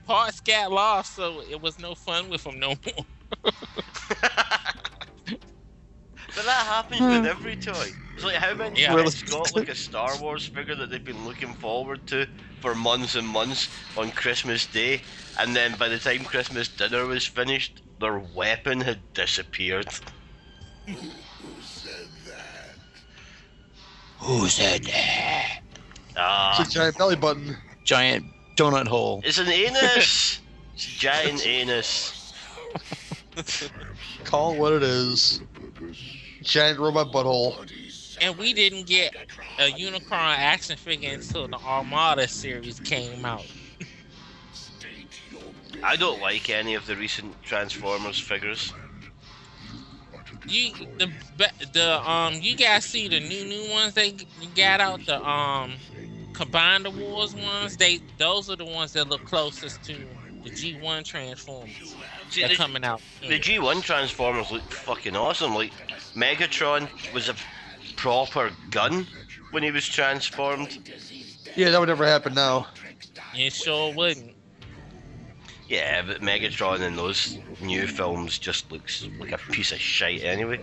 B: parts got lost, so it was no fun with him no more.
C: But that happens with every toy. It's like how many
B: Yeah.
C: kids got like a Star Wars figure that they've been looking forward to for months and months on Christmas Day, and then by the time Christmas dinner was finished, their weapon had disappeared.
D: Who said that?
C: Ah,
A: It's a giant belly button.
D: Giant donut hole.
C: it's an anus. It's a giant anus.
A: Call it what it is. Giant robot butthole.
B: And we didn't get a Unicorn action figure until the Armada series came out.
C: I don't like any of the recent Transformers figures.
B: You the be- the um you guys see the new new ones they g- got out the um combined wars ones they those are the ones that look closest to the G1 Transformers
C: See,
B: that
C: the,
B: coming out. soon.
C: the G1 Transformers looked fucking awesome. Like Megatron was a proper gun when he was transformed.
A: Yeah, that would never happen now.
B: It sure wouldn't.
C: Yeah, but Megatron in those new films just looks like a piece of shite anyway.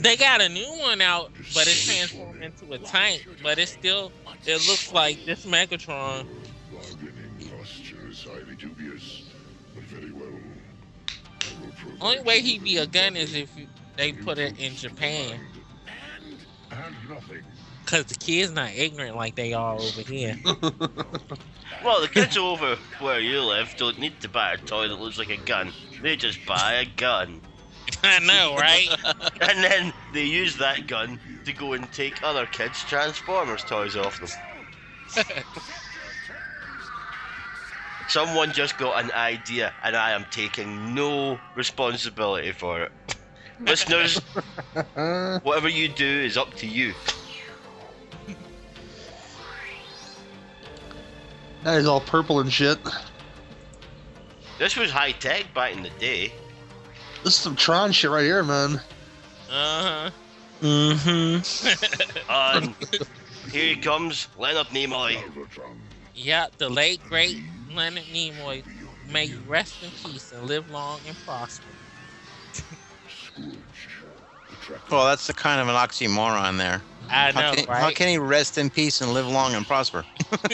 B: They got a new one out, but it's transformed into a tank. But it's still it looks like this Megatron. Only way he'd be a gun is if you- they put it in Japan. Cause the kids not ignorant like they are over here.
C: Well, the kids over where you live don't need to buy a toy that looks like a gun. They just buy a gun.
B: I know, right?
C: And then they use that gun to go and take other kids' Transformers toys off them. Someone just got an idea, and I am taking no responsibility for it. Listeners,
A: Uh,
C: whatever you do is up to you.
A: that is all purple and shit.
C: This was high tech back in the day.
A: This is some Tron shit right here, man.
B: Uh huh.
D: Mm-hmm.
C: Um, here he comes, Leonard Nimoy.
B: Yep, the late great Leonard Nimoy. May you rest in peace and live long and prosper.
D: Well, that's the kind of an oxymoron there.
B: I know,
D: How can, how
B: right?
D: can he rest in peace and live long and prosper?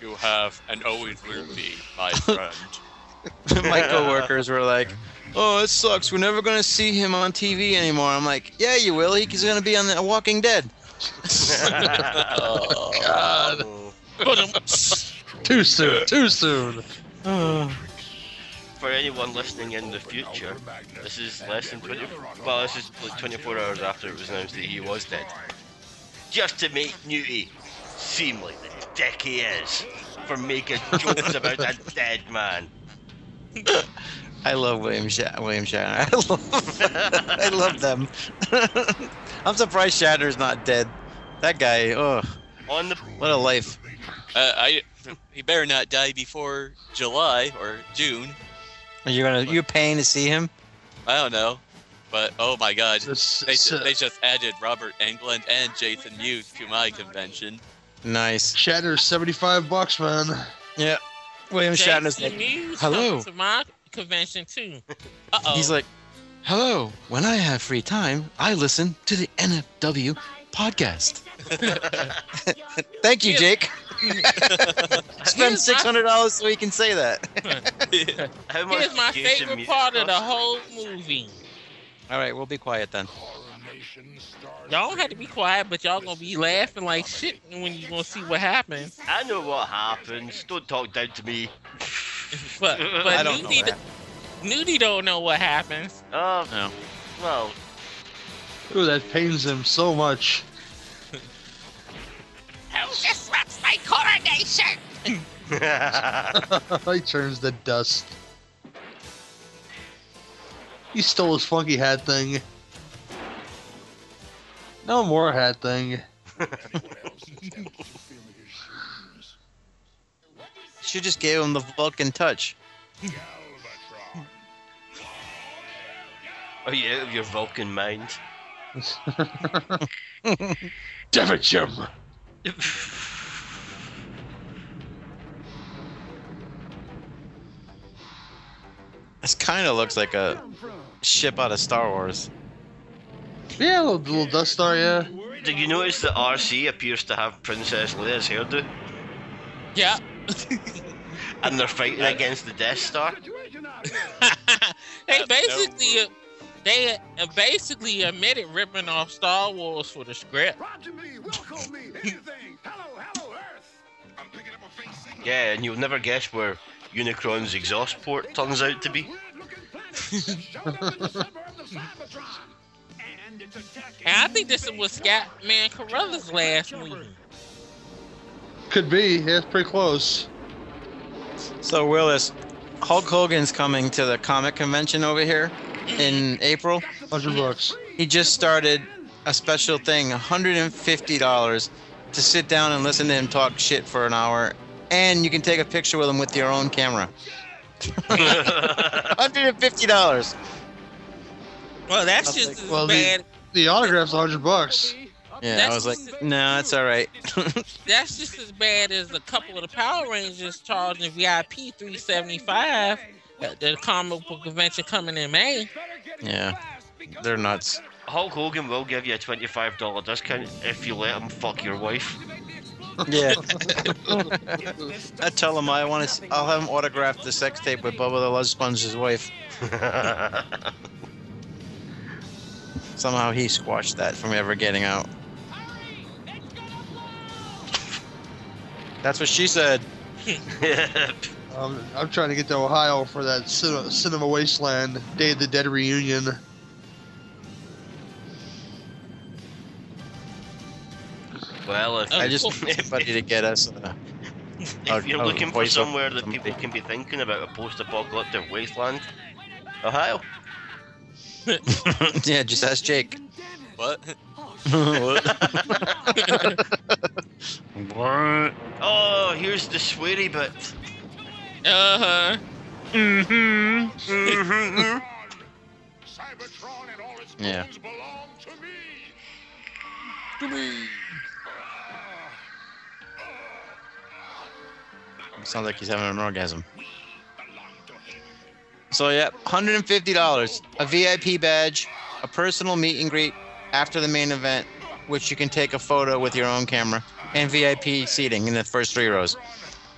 E: you have and always will be my friend.
D: My coworkers were like, "Oh, it sucks. We're never gonna see him on TV anymore." I'm like, "Yeah, you will. He's gonna be on The Walking Dead."
E: Oh,
A: Too soon. Too soon.
C: For anyone listening in the future, this is less than 20. Well, this is like 24 hours after it was announced that he was dead. Just to make Newty seem like the dick he is for making jokes about a dead man.
D: I love William Shat William Shatner. I love, I love them. I'm surprised Shatner's not dead. That guy, oh,
C: On the
D: what a life.
E: uh, I, he better not die before July or June.
D: Are you gonna you paying to see him?
E: I don't know. But oh my god.
A: This,
E: They,
A: this,
E: ju-
A: uh,
E: they just added Robert Englund and Jason Mewes to my convention.
D: Nice.
A: Shatner's seventy-five bucks, man.
D: Yeah. William Shatner's
B: Jason
D: like,
B: Mewes
D: "Hello."
B: comes To my convention too. Uh oh.
D: he's like, "Hello. When I have free time, I listen to the NFW podcast." Thank you,
B: Yeah.
D: Jake.
B: Here's my-
D: Spend six hundred dollars so he can say that.
C: How much
B: Here's my
C: did Gage and
B: favorite
C: music
B: part of the
C: cost?
B: whole movie.
D: All right, we'll be quiet then.
B: Y'all don't have to be quiet, but y'all gonna be laughing like shit when you gonna see what happens.
C: I know what happens. Don't talk down to me.
B: But
D: I
B: but
D: don't know
B: Nudie,
D: that.
B: Nudie don't know what happens.
C: Oh,
E: No.
C: well,
A: Ooh, that pains him so much.
I: Who disrupts my coronation?
A: he turns to dust. He stole his funky hat thing. No more hat thing.
D: She just gave him the Vulcan touch.
C: are you out of your Vulcan mind?
A: Damn it, Jim!
D: This kind of looks like a ship out of Star Wars.
A: Yeah, little, little dust star, yeah.
C: Did you notice that RC appears to have Princess Leia's hairdo?
B: Yep.
C: And they're fighting against the Death Star?
B: they
E: That's
B: basically
E: no-
B: they uh, basically admitted ripping off Star Wars for the script.
F: Roger me, welcome me, anything. Hello, hello, Earth. I'm picking up a fake signal.
C: Yeah, and you'll never guess where Unicron's exhaust port turns out to be.
B: And I think this was Scatman Carruthers' last movie.
A: Could be. Yeah, it's pretty close.
D: So Willis, Hulk Hogan's coming to the comic convention over here in April.
A: Hundred bucks.
D: He just started a special thing, $150 to sit down and listen to him talk shit for an hour, and you can take a picture with him with your own camera. $150.
B: Well, that's
D: I'll
B: just
D: take-
B: as
A: well, the-
B: bad.
A: The autograph's hundred bucks.
D: Yeah, I
B: That's-
D: was like, no, that's all right.
B: That's just as bad as a couple of the Power Rangers charging VIP three seventy five at the comic book convention coming in May.
D: yeah, they're nuts.
C: Hulk Hogan will give you a $25 discount if you let him fuck your wife.
D: Yeah. I tell him I want to. I'll have him autograph the sex tape with Bubba the Love Sponge's wife. Somehow he squashed that from ever getting out. That's what she said.
A: Um, I'm trying to get to Ohio for that cinema, cinema Wasteland Day of the Dead reunion.
C: well, if,
D: I
B: Oh,
D: just
B: cool.
D: want somebody to get us. Uh,
C: if you're
D: a
C: looking for
D: voice of
C: somewhere that
D: somebody.
C: people can be thinking about a post-apocalyptic wasteland, Ohio.
D: yeah, just ask Jake.
E: What?
C: Oh, here's the sweary bit.
B: Uh
C: Uh-huh.
B: huh.
C: Mhm.
F: Cybertron and all its
D: Yeah.
F: bones belong to me.
D: Sounds like he's having an orgasm. So yeah, hundred and fifty dollars, a VIP badge, a personal meet and greet after the main event, which you can take a photo with your own camera, and VIP seating in the first three rows.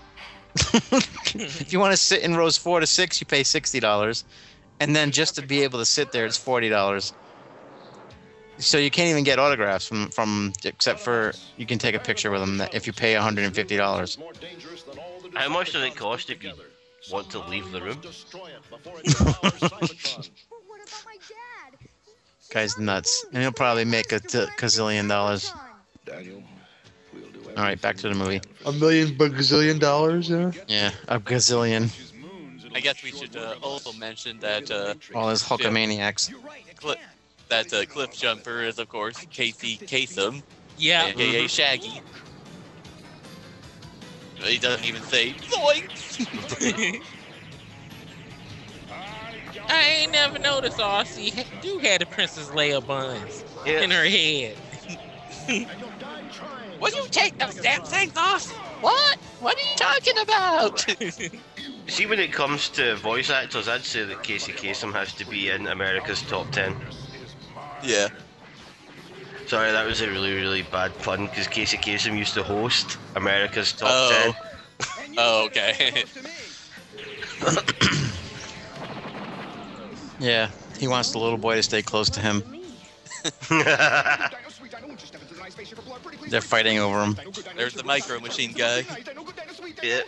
D: if you want to sit in rows four to six, you pay sixty dollars, and then just to be able to sit there, it's forty dollars. So you can't even get autographs from from except for you can take a picture with them if you pay hundred and fifty dollars.
F: More dangerous than all the
C: How much does it
F: Decepticons
C: cost if you
F: together.
C: want to leave the room?
F: Destroy it before it devours Cybertron.
H: But what about my dad? He- he's
D: Guy's
H: on
D: nuts,
H: the
D: and he'll
H: moon.
D: probably make a
H: He's
D: t-
H: the one who
D: gazillion
H: saved
D: dollars.
H: Krypton.
F: Daniel, we'll do
D: All right, back to the movie.
A: A million bazillion dollars, yeah.
D: Yeah, a gazillion.
E: I guess we should uh, also mention that uh,
D: All his Hulkamaniacs.
E: Cli- that uh, Cliff Jumper is, of course, Casey Kasem,
B: Yeah.
E: aka Shaggy. He doesn't even say zoinks.
B: I ain't never noticed RC ha- do had a Princess Leia buns
C: Yeah.
B: in her head.
E: Will you take those damn things off? What? What are you talking about?
C: See, when it comes to voice actors, I'd say that Casey Kasem has to be in America's top 10.
E: yeah.
C: Sorry, that was a really, really bad pun because Casey Kasem used to host America's top
E: Oh. Oh, okay.
D: Yeah, he wants the little boy to stay close to him. They're fighting over him.
E: There's the micro machine guy.
C: yeah,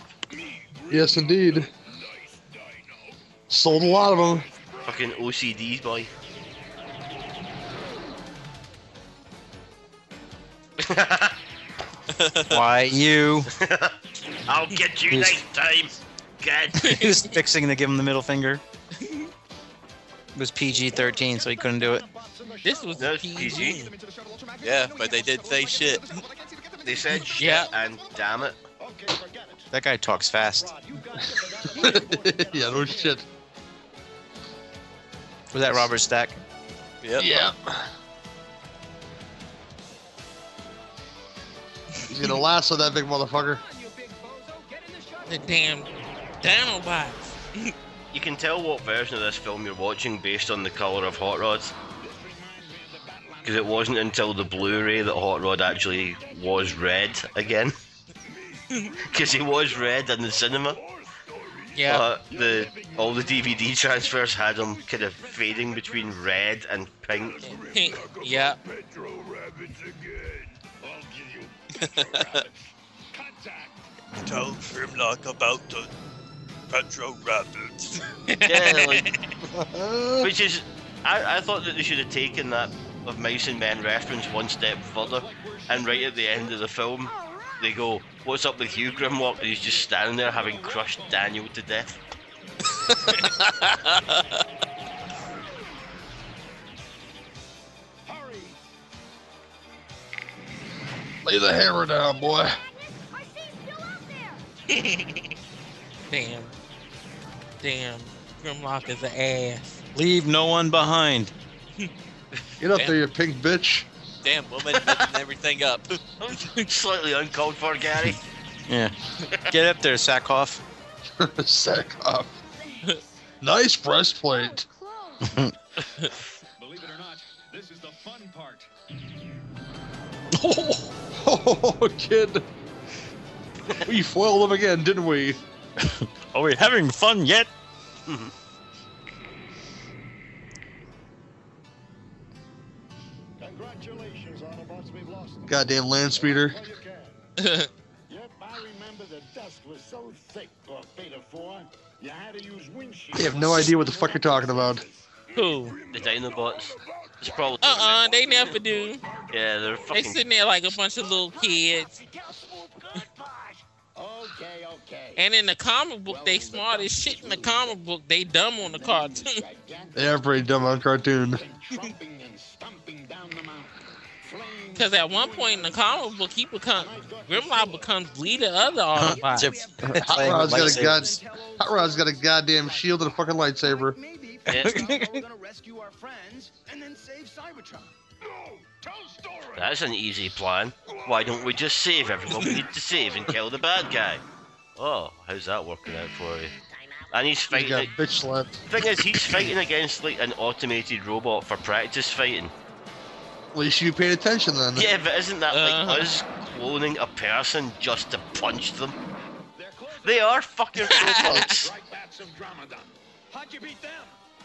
A: Yes, indeed. Sold a lot of them.
C: fucking OCDs, boy.
D: Why you?
C: I'll get you
D: He's-
C: next time. Good.
D: he was fixing to give him the middle finger. It was PG 13, so he couldn't do it.
B: This was
C: No, it's
B: PG.
C: PG.
E: Yeah, but they did say shit.
C: They said shit
B: Yeah.
C: and damn it.
D: That guy talks fast.
A: yeah, no shit.
D: Was that Robert Stack?
E: Yep.
A: Yeah. He's gonna lasso that big motherfucker.
B: The damn Dinobots.
C: You can tell what version of this film you're watching based on the colour of Hot Rod. Because it wasn't until the Blu ray that Hot Rod actually was red again. Because he was red in the cinema.
B: Yeah.
C: But the all the DVD transfers had him kind of fading between red and pink.
B: Pink. Yeah.
F: Pedro Rabbits again. I'll give you Pedro Rabbits. Contact.
J: Tell Grimlock about the Petro Rabbits.
C: Yeah, like, which is, I, I thought that they should have taken that of Mice and Men reference one step further, and right at the end of the film, they go, "What's up with you, Grimlock?" And he's just standing there having crushed Daniel to death.
A: Lay the hammer down, boy.
B: Damn. Damn. Grimlock is an ass.
D: Leave no one behind.
A: Get up there, you pink bitch.
E: Damn woman messing everything up.
C: Slightly uncalled for, Gary.
D: Yeah. Get up there, Sackhoff.
A: Sack off. Nice breastplate.
G: Believe it or not, this is the fun part.
A: Oh, kid. We foiled them again, didn't we?
D: Are we having fun yet?
F: Congratulations, Autobots, we've lost them.
A: Goddamn land speeder.
F: Well, you can. Yep, I remember the dust was so thick for Beta 4, you had to use windshield.
A: They have no idea what the fuck you're talking about.
B: Who?
C: The Dinobots. It's probably
B: Uh uh they never do.
C: yeah, they're
B: They
C: fucking.
B: sitting there like a bunch of little kids.
F: Okay, okay.
B: And in the comic book, they smart as shit in the comic book. They dumb on the cartoon.
A: They are pretty dumb on cartoon.
F: Trumping and stomping down the mountain. Flames
B: Because at one point in the comic book, he become Grimlock becomes leader of the Autobots.
D: They're playing
A: Hot
D: with
A: Rod's got a
D: lightsabers.
A: gun. Hot Rod's got a goddamn shield and a fucking lightsaber.
G: We're gonna rescue our friends and then save Cybertron.
F: No! Tell story!
C: That's an easy plan. Why don't we just save everyone we need to save and kill the bad guy? Oh, how's that working out for you? And he's
A: He
C: fighting.
A: got bitch slapped.
C: Thing is, he's fighting against like an automated robot for practice fighting.
A: At least you paid attention then.
C: Yeah, but isn't that
B: Uh-huh.
C: like us cloning a person just to punch them? They are fucking robots.
F: Right bats of Dromedon.
G: How'd you beat them?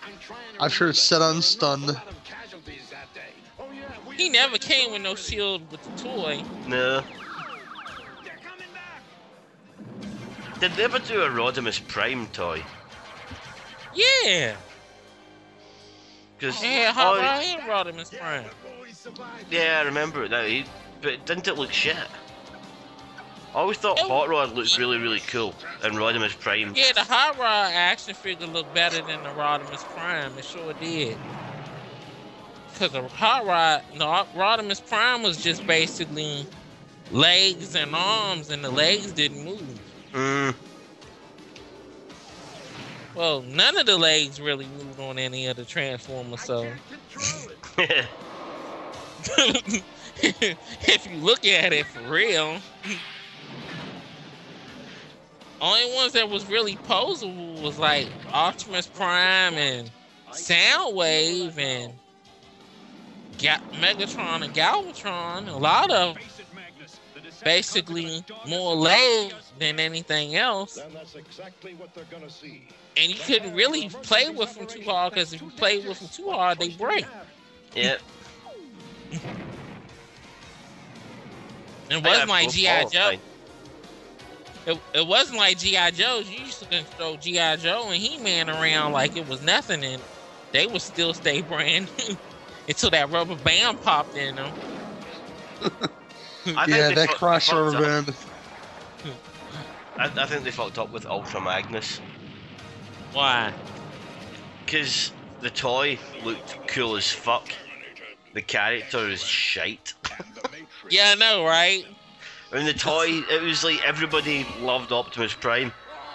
F: I'm trying to
A: I'm sure
F: remember.
A: it's set on stun.
F: A lot of casualties that day. Oh, yeah, we
B: He never came with no shield with the toy.
C: no.
F: They're coming back!
C: Did they ever do a Rodimus Prime toy?
B: Yeah.
C: Because
B: Yeah, how about him, Rodimus Prime?
C: yeah, I remember it now. He, but didn't it look shit? I always thought
B: It-
C: Hot Rod looked really, really cool, and Rodimus Prime.
B: Oh. Yeah, the Hot Rod action figure looked better than the Rodimus Prime. It sure did. Because the Hot Rod, the Rodimus Prime was just basically legs and arms, and the legs didn't move.
C: Mm,
B: Well, none of the legs really moved on any of the Transformers, so. if you look at it for real, only ones that was really posable was like Optimus Prime and Soundwave and Ga- Megatron and Galvatron. A lot of
G: Face it, Magnus. The Decepticons
B: basically
G: have dawned
B: more
G: as
B: legs than anything else.
F: Then that's exactly what they're gonna see.
B: And you couldn't really play with them too hard because if you play with them too hard, they break.
C: Yep.
B: It
C: I
B: was
C: have
B: my
C: both
B: GI
C: balls,
B: Joe.
C: like,
B: It, it wasn't like GI Joes. You used to throw GI Joe and He Man around like it was nothing, and they would still stay brand new until that rubber band popped in them.
C: I think
A: yeah,
C: they
A: that
C: fuck- they fucked
A: crossover
C: up.
A: band.
C: I, I think they fucked up with Ultra Magnus
B: Why?
C: because the toy looked cool as fuck. The character is shite.
B: Yeah, I know, right?
C: I mean, the toy, it was like everybody loved Optimus Prime,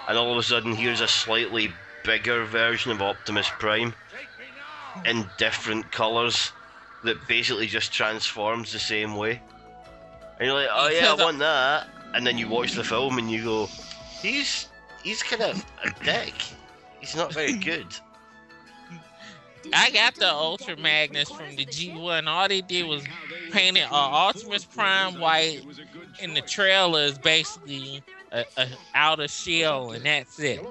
C: and all of a sudden, here's a slightly bigger version of Optimus Prime in different colours that basically just transforms the same way. And you're like, oh yeah, I want that. And then you watch the film and you go, he's he's kind of a dick. He's not very good.
B: I got the Ultra Magnus from the G1. All they did was painted uh, Optimus Prime white, and the trailer is basically a, a outer shell, and that's it.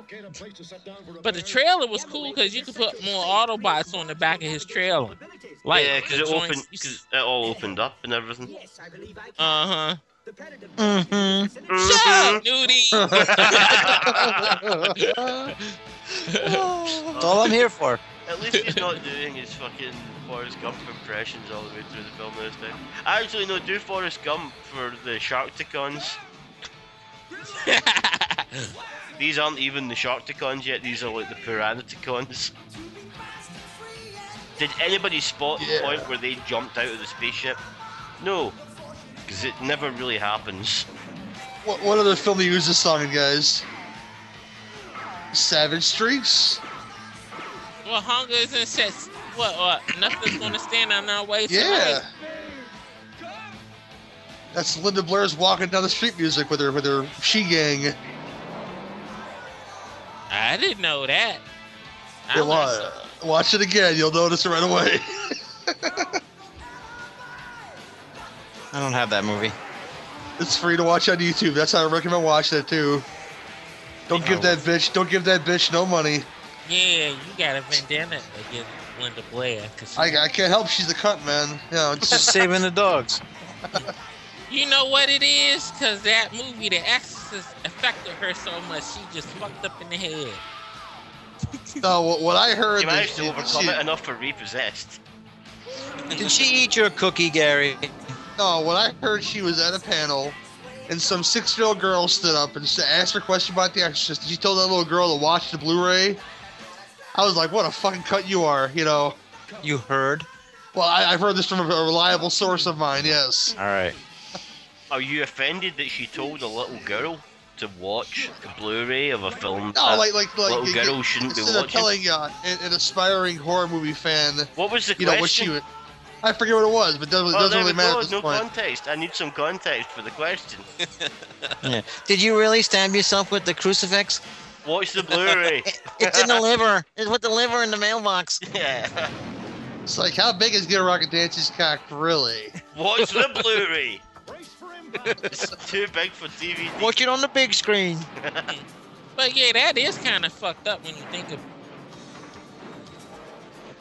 B: But the trailer was cool because you could put more Autobots on the back of his trailer. Like,
C: yeah, because
B: the
C: it
B: joints-
C: opened, cause it all opened up and everything.
B: Uh huh.
D: Mm-hmm.
B: Shut up, Nudie.
D: That's all I'm here for.
C: At least he's not doing his fucking Forrest Gump impressions all the way through the film this time. Actually, no, do Forrest Gump for the Sharkticons. These aren't even the Sharkticons yet, these are like the Piranaticons. Did anybody spot
A: Yeah.
C: the point where they jumped out of the spaceship? No, because it never really happens.
A: What, what other film they use this song in, guys? Savage Streaks.
B: well, hunger is in sets. What? Uh, nothing's gonna stand on our way.
A: Yeah.
B: tonight.
A: That's Linda Blair's walking down the street music with her with her she gang.
B: I didn't know that. I
A: Yeah,
B: learned
A: wa- watch it again, you'll notice it right away.
D: I don't have that movie.
A: It's free to watch on YouTube. That's how I recommend watching it too. Don't give that bitch. Don't give that bitch no money.
B: Yeah, you got a vendetta against Linda Blair. 'cause she-
A: I, I can't help. She's a cunt, man. You know, it's
D: Just
A: just,
D: saving the dogs.
B: you know what it is? Because that movie, The Exorcist, affected her so much, she just fucked up in the head.
A: no. What, what I heard.
C: You
A: that
C: managed to
A: she-
C: overcome
A: she-
C: it enough for Repossessed.
D: Did she eat your cookie, Gary?
A: No, when I heard she was at a panel, and some six-year-old girl stood up and s- asked her question about The Exorcist, and she told that little girl to watch the Blu-ray. I was like, "What a fucking cunt you are!" You know.
D: You heard?
A: Well, I, I've heard this from a reliable source of mine. Yes.
D: All right.
C: Are you offended that she told a little girl to watch the Blu-ray of a film?
A: No,
C: that
A: like, like, like.
C: little
A: you-
C: girl
A: you-
C: shouldn't be
A: instead of
C: watching.
A: telling uh, an, an aspiring horror movie fan,
C: What was the
A: you
C: question?
A: know, what she would. I forget what it was, but it doesn't,
C: Oh,
A: doesn't
C: there
A: really
C: we
A: matter
C: go,
A: at this
C: no
A: point.
C: context. I need some context for the question.
D: Yeah. Did you really stab yourself with the crucifix?
C: Watch the Blu-ray.
D: It's in the liver. It's with the liver in the mailbox.
C: yeah.
A: It's like, how big is Get Rocket Dancy's cock, really?
C: Watch the Blu-ray. it's too big for DVD.
D: Watch it on the big screen.
B: But yeah, that is kind of fucked up when you think of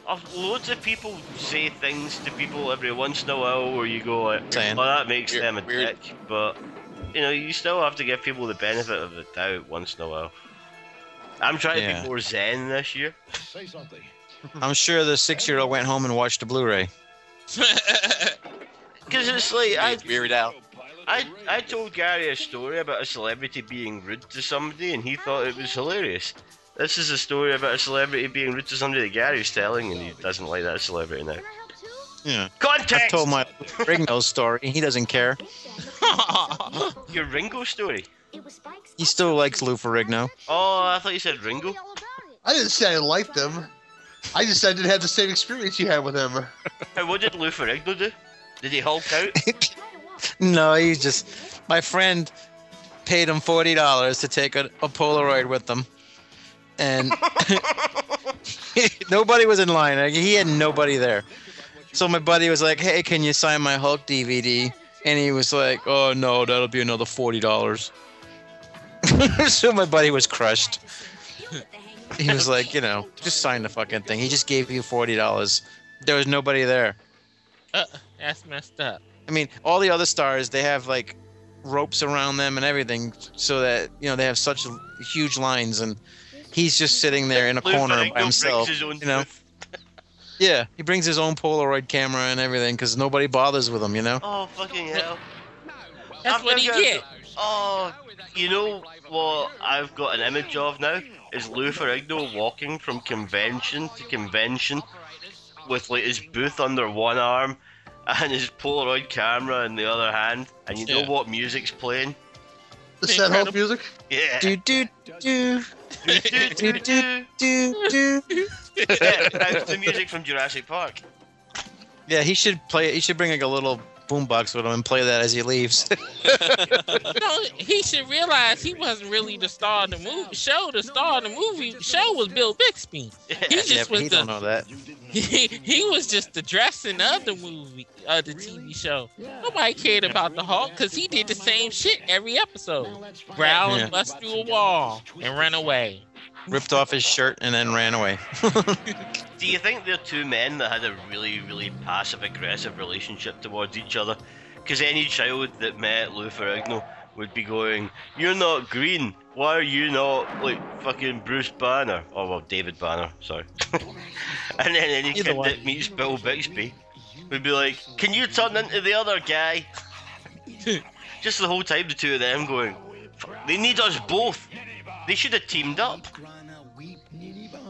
C: Uh, Loads of people say things to people every once in a while where you go, like,
D: Saying.
C: "Oh, that makes
E: Weird-
C: them a
E: weird.
C: dick," but you know, you still have to give people the benefit of the doubt once in a while. I'm trying to
D: Yeah.
C: be more zen this year.
F: Say something.
D: I'm sure the six-year-old went home and watched the Blu-ray.
C: Because it's like I,
E: It's Weird out.
C: I, I told Gary a story about a celebrity being rude to somebody, and he thought it was hilarious. This is a story about a celebrity being rude to somebody that Gary's telling, and he doesn't like that celebrity now.
D: Yeah. I
C: Context.
D: told my Ringo story. He doesn't care.
C: Your Ringo story.
D: He still likes Lou Ferrigno.
C: Oh, I thought you said Ringo.
A: I didn't say I liked them. I just said I didn't have the same experience you had with him.
C: Hey, what did Lou Ferrigno do? Did he hulk out?
D: no, he just. My friend paid him forty dollars to take a, a Polaroid with them, and nobody was in line. Like, He had nobody there. So my buddy was like, "Hey, can you sign my Hulk DVD?" And he was like, "Oh no, that'll be another forty dollars." so my buddy was crushed. He was like, you know, just sign the fucking thing. He just gave you forty dollars. There was nobody there.
B: Uh, that's messed up.
D: I mean, all the other stars they have like ropes around them and everything, so that you know they have such huge lines, and he's just sitting there in a
C: Lou
D: corner
C: Ferrigno
D: by himself.
C: brings his own
D: You know,
C: booth.
D: yeah, he brings his own Polaroid camera and everything because nobody bothers with him. You know,
C: Oh fucking hell!
B: That's
C: I've
B: what he
C: never-
B: get.
C: Oh, you know what I've got an image of now is Lou Ferrigno walking from convention to convention with like his booth under one arm and his Polaroid camera in the other hand, and you know
E: Yeah.
C: what music's playing?
A: The sad hope music.
C: Yeah.
D: do do do
C: Do, do, do.
D: do do.
C: yeah, that's the music from Jurassic Park.
D: Yeah, he should play. He should bring like a little boombox with him and play that as he leaves.
B: No, he should realize he wasn't really the star of the movie show. The star of the movie show was Bill Bixby. He
C: Yeah.
B: just
D: yeah, but
B: was
D: he
B: the
D: don't know that.
B: he, he was just the dressing of the movie, of the TV show. Nobody cared about the Hulk because he did the same shit every episode. Growl
D: Yeah.
B: and bust through a wall and run away.
D: Ripped off his shirt and then ran away.
C: Do you think they're two men that had a really, really passive aggressive relationship towards each other? Because any child that met Lou Ferrigno would be going, You're not green. Why are you not like fucking Bruce Banner? Oh, well, David Banner, sorry. and then any
D: Either
C: kid
D: one.
C: that meets Bill Bixby would be like, Can you turn into the other guy? Just the whole time, the two of them going, "Fuck, They need us both. They should have teamed up.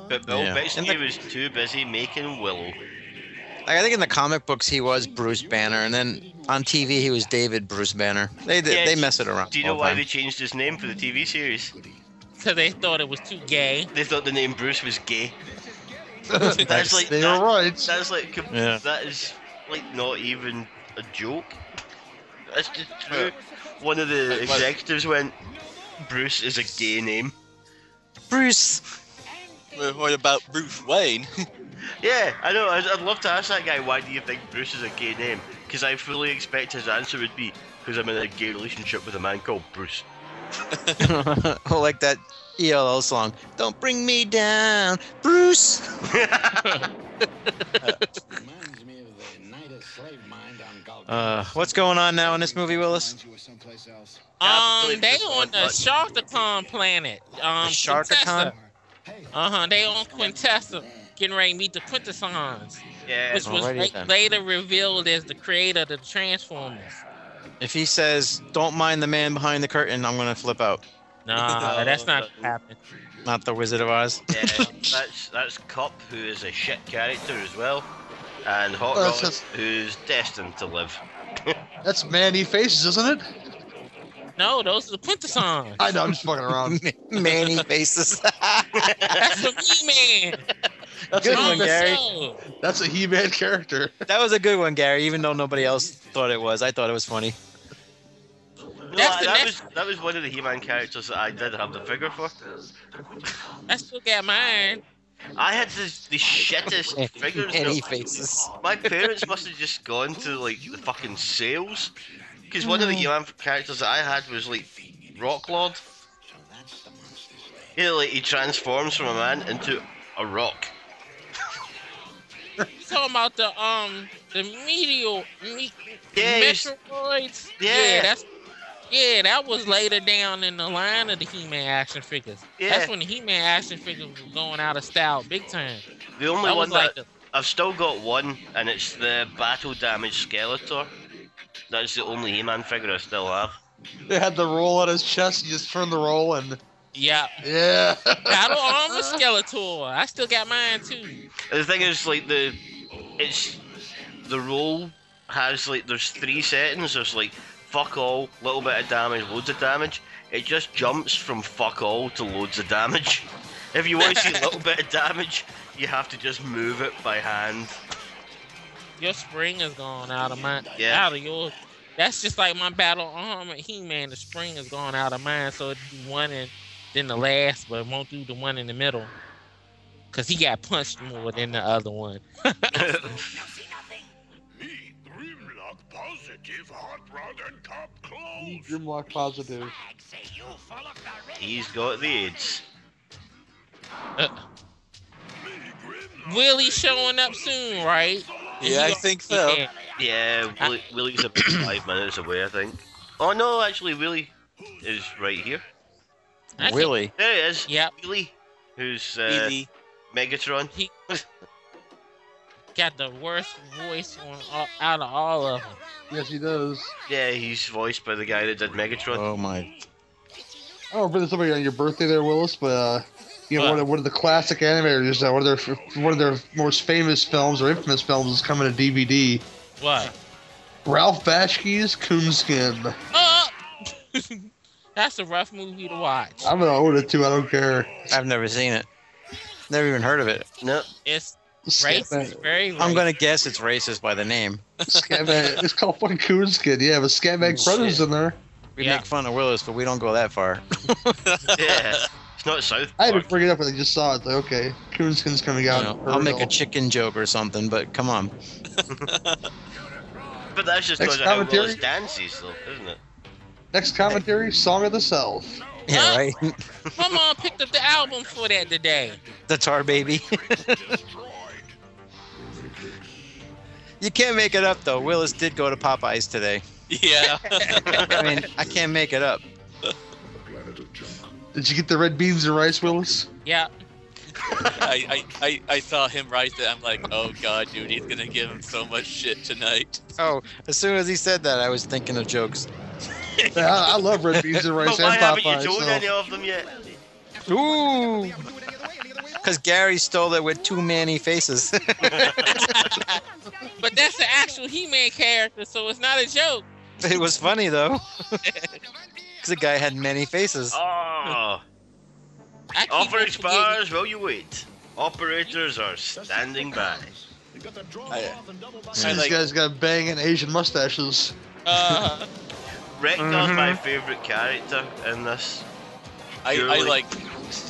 C: But Bill
D: Yeah.
C: Bixby
D: And the-
C: was too busy making Willow.
D: Like, I think in the comic books he was Bruce Banner, and then on TV he was David Bruce Banner. They they,
C: Yeah,
D: they mess it around.
C: Do you
D: all
C: know
D: the
C: why
D: time.
C: they changed his name for the TV series?
B: Because they thought it was too gay.
C: They thought the name Bruce was gay.
D: That's-
C: That's like
A: They
C: that-
A: were right.
C: That's like com-
D: Yeah.
C: that is like not even a joke. That's just true. One of the
E: Like what?
C: executives went, "Bruce is a gay name."
D: Bruce?
E: Well, What about Bruce Wayne?
C: Yeah, I know. I'd, I'd love to ask that guy, "Why do you think Bruce is a gay name?" Because I fully expect his answer would be, "Because I'm in a gay relationship with a man called Bruce."
D: oh, like that ELL song. Don't bring me down, Bruce.
G: Reminds me of the night a slave mined on Golgotha.
D: Uh, what's going on now in this movie, Willis?
G: Reminds you of someplace else.
B: Um, they
C: Absolutely.
B: on the Sharkacon planet. Um,
D: Sharkacon?
B: Uh huh. They on Quintessa, getting ready to meet the Quintessons,
C: Yeah,
B: which was
D: Alrighty
B: late-
D: then.
B: later revealed as the creator of the Transformers.
D: If he says, "Don't mind the man behind the curtain," I'm gonna flip out.
B: Nah, that's not
C: that-
B: happening.
D: Not the Wizard of Oz.
C: yeah. That's that's Cop, who is a shit character as well, and Hot
A: Well, that's
C: Rod,
A: just-
C: who's destined to live.
A: That's Manny Faces, isn't it?
B: No, those are the Quintessons.
A: I know. I'm just fucking around.
D: Manny faces.
B: That's a He Man.
D: That's a good one, Gary.
A: That's a He-Man character.
D: That was a good one, Gary. Even though nobody else thought it was, I thought it was funny.
C: No,
B: That's
C: I-
B: the
C: that
B: next-
C: was that was one of the He-Man characters that I did have the figure for.
B: I still got mine.
C: I had the, the shittest figures.
D: Manny
C: though.
D: faces.
C: My parents must have just gone to like the fucking sales, because one of the He-Man characters that I had was like Rock Lord. He like he transforms from a man into a rock.
B: You talking about the um the meteor me,
C: Yeah, he's-
B: Metroids?
C: yeah.
B: that's yeah, that was later down in the line of the He-Man action figures.
C: Yeah.
B: That's when the He-Man action figures were going out of style big time.
C: The only
B: that
C: one
B: was
C: that
B: like the,
C: I've still got one, and it's the battle damage Skeletor. That's the only He-Man figure I still have.
A: They had the roll on his chest. You just turned the roll and
B: yeah,
A: yeah.
B: battle armor Skeletor. I still got mine too.
C: The thing is, like the, it's the roll has like there's three settings. There's like fuck all, little bit of damage, loads of damage. It just jumps from fuck all to loads of damage. If you want to see a little bit of damage, you have to just move it by hand.
B: Your spring is gone out of mine.
C: Yeah.
B: out of yours. That's just like my battle armor He-Man. The spring is gone out of mine, so it'd do one and then the last, but it won't do the one in the middle. Cause he got punched more than the other one.
F: Me, Grimlock Posits, Give Hot Rod and Cop clothes!
A: Grimlock positive.
C: He's got the AIDS.
B: Willie's showing up soon, right?
D: Yeah, I think so.
B: Yeah.
C: Yeah, Willie, Willie's about five minutes away, I think. Oh no, actually, Willie is right here.
B: I think-
D: Willie.
C: There he is.
B: Yep.
C: Willie, who's uh,
D: Edie.
C: Megatron.
B: Got the worst voice on all, out of all of them.
A: Yes, he does.
C: Yeah, he's voiced by the guy that did Megatron.
D: Oh my.
A: I don't remember somebody on your birthday there, Willis, but uh, you know, one, of, one of the classic animators, uh, one of their one of their most famous films or infamous films is coming to DVD.
B: What?
A: Ralph Bashke's Coonskin.
B: Uh, that's a rough movie to watch.
A: I'm gonna own it too. I don't care.
D: I've never seen it. Never even heard of it.
C: No,
B: It's
A: Scatman-
B: racist, very racist.
D: I'm gonna guess it's racist by the name.
A: Scatman. It's called fucking Coonskin. Yeah, but
C: Oh,
A: Scatman Crothers in there.
D: We
B: Yeah.
D: make fun of Willis, but we don't go that far.
C: yeah, it's not South
A: I had
C: Park.
A: to bring it up when I just saw it. Like, okay, Coonskin's coming out.
D: You know,
A: in
D: I'll make a
A: Urkel.
D: chicken joke or something, but come on.
C: But that's just
A: Next
C: because of how
A: commentary?
C: Willis dances, though, isn't it?
A: Next commentary: Song of the South.
D: Yeah, right.
B: My mom picked up the album for that today.
D: That's our baby.
F: Destroyed.
D: You can't make it up though. Willis did go to Popeyes today.
E: Yeah.
D: I mean, I can't make it up.
F: Planet of Junk.
A: Did you get the red beans and rice, Willis?
B: Yeah.
E: I, I, I, I saw him write that. I'm like, oh god, dude, he's gonna give him so much shit tonight.
D: Oh, as soon as he said that, I was thinking of jokes.
A: Yeah, I, I love red beans and rice
C: but why
A: and
C: haven't
A: Popeyes.
C: you told
A: so-
C: any of them yet?
D: Ooh, because Gary stole it with too many faces.
B: But that's the actual He-Man character, so it's not a joke.
D: it was funny though, because the guy had many faces.
C: Oh,
B: I keep on
C: offering
B: forgetting-
C: bars, will you wait? Operators are standing by.
F: You got the draw
E: I-
F: off and double back.
A: These
E: I like-
A: guys got banging Asian mustaches.
E: Uh,
C: Rector's
D: Mhm.
C: my favourite character in this.
E: I, I
C: Purely.
E: like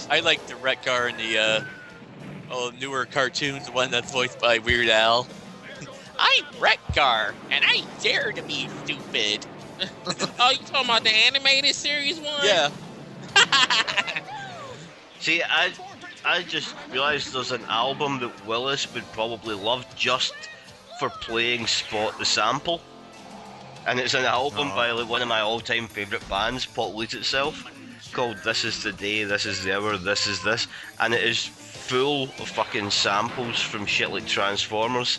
E: I like the Retgar and the uh, oh newer cartoons, the one that's voiced by Weird Al. I'm Retgar, and I dare to be stupid.
B: Oh, you talking about the animated series one?
E: Yeah,
C: See, I, I just realised there's an album that Willis would probably love just for playing Spot the Sample. And it's an album
D: Oh.
C: by like, one of my all time favourite bands, Potludes itself, called This Is the Day, This Is the Hour, This Is This. And it is full of fucking samples from shit like Transformers,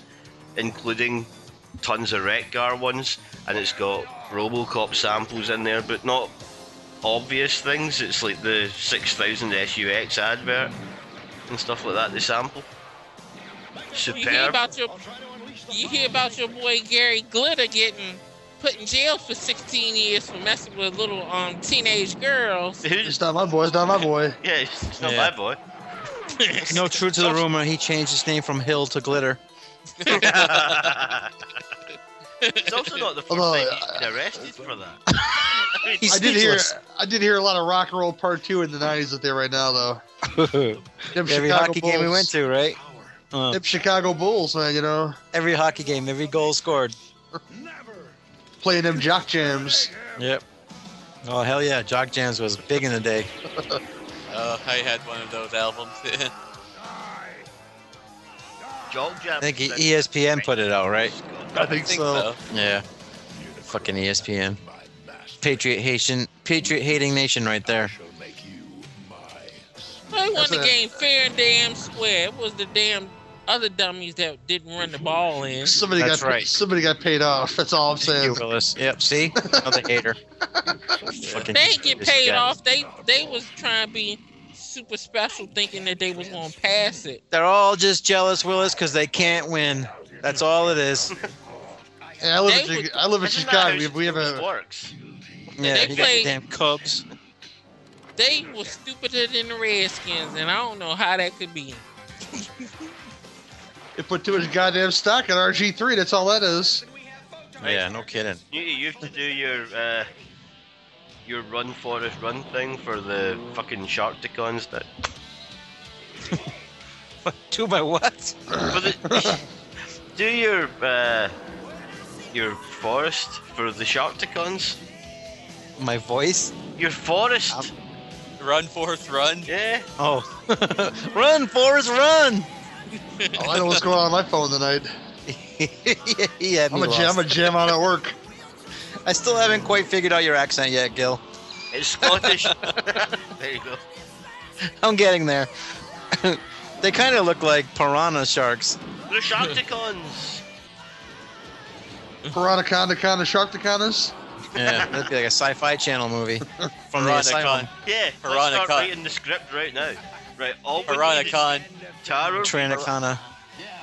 C: including tons of Retgar ones. And it's got Robocop samples in there, but not obvious things. It's like the 6000 SUX advert and stuff like that, the sample.
B: You hear
C: Superb.
B: about your you hear about your boy Gary Glitter getting put in jail for 16 years for messing with little um teenage girls.
C: Who's-
A: It's not my boy. It's not my boy.
C: yeah, it's it's not
D: Yeah.
C: my boy.
D: No, true to the rumor, he changed his name from Hill to Glitter.
C: it's also not the first
A: Although,
C: time he's been arrested for that.
D: He's
A: I did hear.
D: speechless.
A: I did hear a lot of rock and roll part two in the '90s up there right now, though. Them
D: every
A: Chicago
D: hockey game we
A: Bulls.
D: went to, right? Uh,
A: Them Chicago Bulls, man. You know,
D: every hockey game, every goal scored.
F: Never.
A: playing them jock jams.
D: Yep. Oh hell yeah, Jock Jams was big in the day.
E: uh, I had one of those albums.
C: Jock Jam.
D: I think E- ESPN put it out, right?
A: I think so.
D: Yeah. Fucking E ESPN. Patriot Haitian, Patriot hating nation right there.
B: They won
A: That's
B: the
A: a-
B: game fair and damn square. It was the damn other dummies that didn't run the ball in.
A: Somebody
D: That's
A: got.
D: right.
A: Somebody got paid off. That's all I'm saying.
D: Willis. Yep. See, another hater. Fucking
B: They didn't get
D: this
B: paid
D: guy.
B: off. They they was trying to be super special, thinking that they was gonna pass it.
D: They're all just jealous, Willis, because they can't win. That's all it is.
A: And I live
B: They
A: in.
B: would-
A: Chi- I live in
C: Isn't that
A: Chicago.
C: how
A: We have, we have
C: it
A: a.
C: works.
D: Yeah.
B: They
D: you got
B: played-
D: the damn Cubs.
B: They was stupider than the Redskins, and I don't know how that could be.
A: They put too much goddamn stock in RG3. That's all that is.
D: Yeah. No kidding.
C: You, you have to do your uh, your run forest run thing for the fucking Sharkticons that
D: Two by what?
C: But the, do your uh, your forest for the Sharkticons?
D: My voice?
C: Your forest?
E: Run, forth, run.
C: yeah.
D: Oh. run, Forrest, run!
A: Oh, I know what's going on on my phone tonight.
D: he had me
A: I'm a jam,
D: lost.
A: I'm a jam out at work.
D: I still haven't quite figured out your accent yet, Gil.
C: It's Scottish. there you go.
D: I'm getting there. they kind of look like piranha sharks.
C: The Sharkticons!
A: Piranaconda, conda, sharktacondas.
D: Yeah, that'd be like a sci-fi channel movie from the asylum.
E: Piranhacon.
C: Yeah, let's
E: Piranha
C: start
E: con.
C: writing the script right now. Right, all we need is
E: Piranhacon.
C: Taro,
D: Tranacana,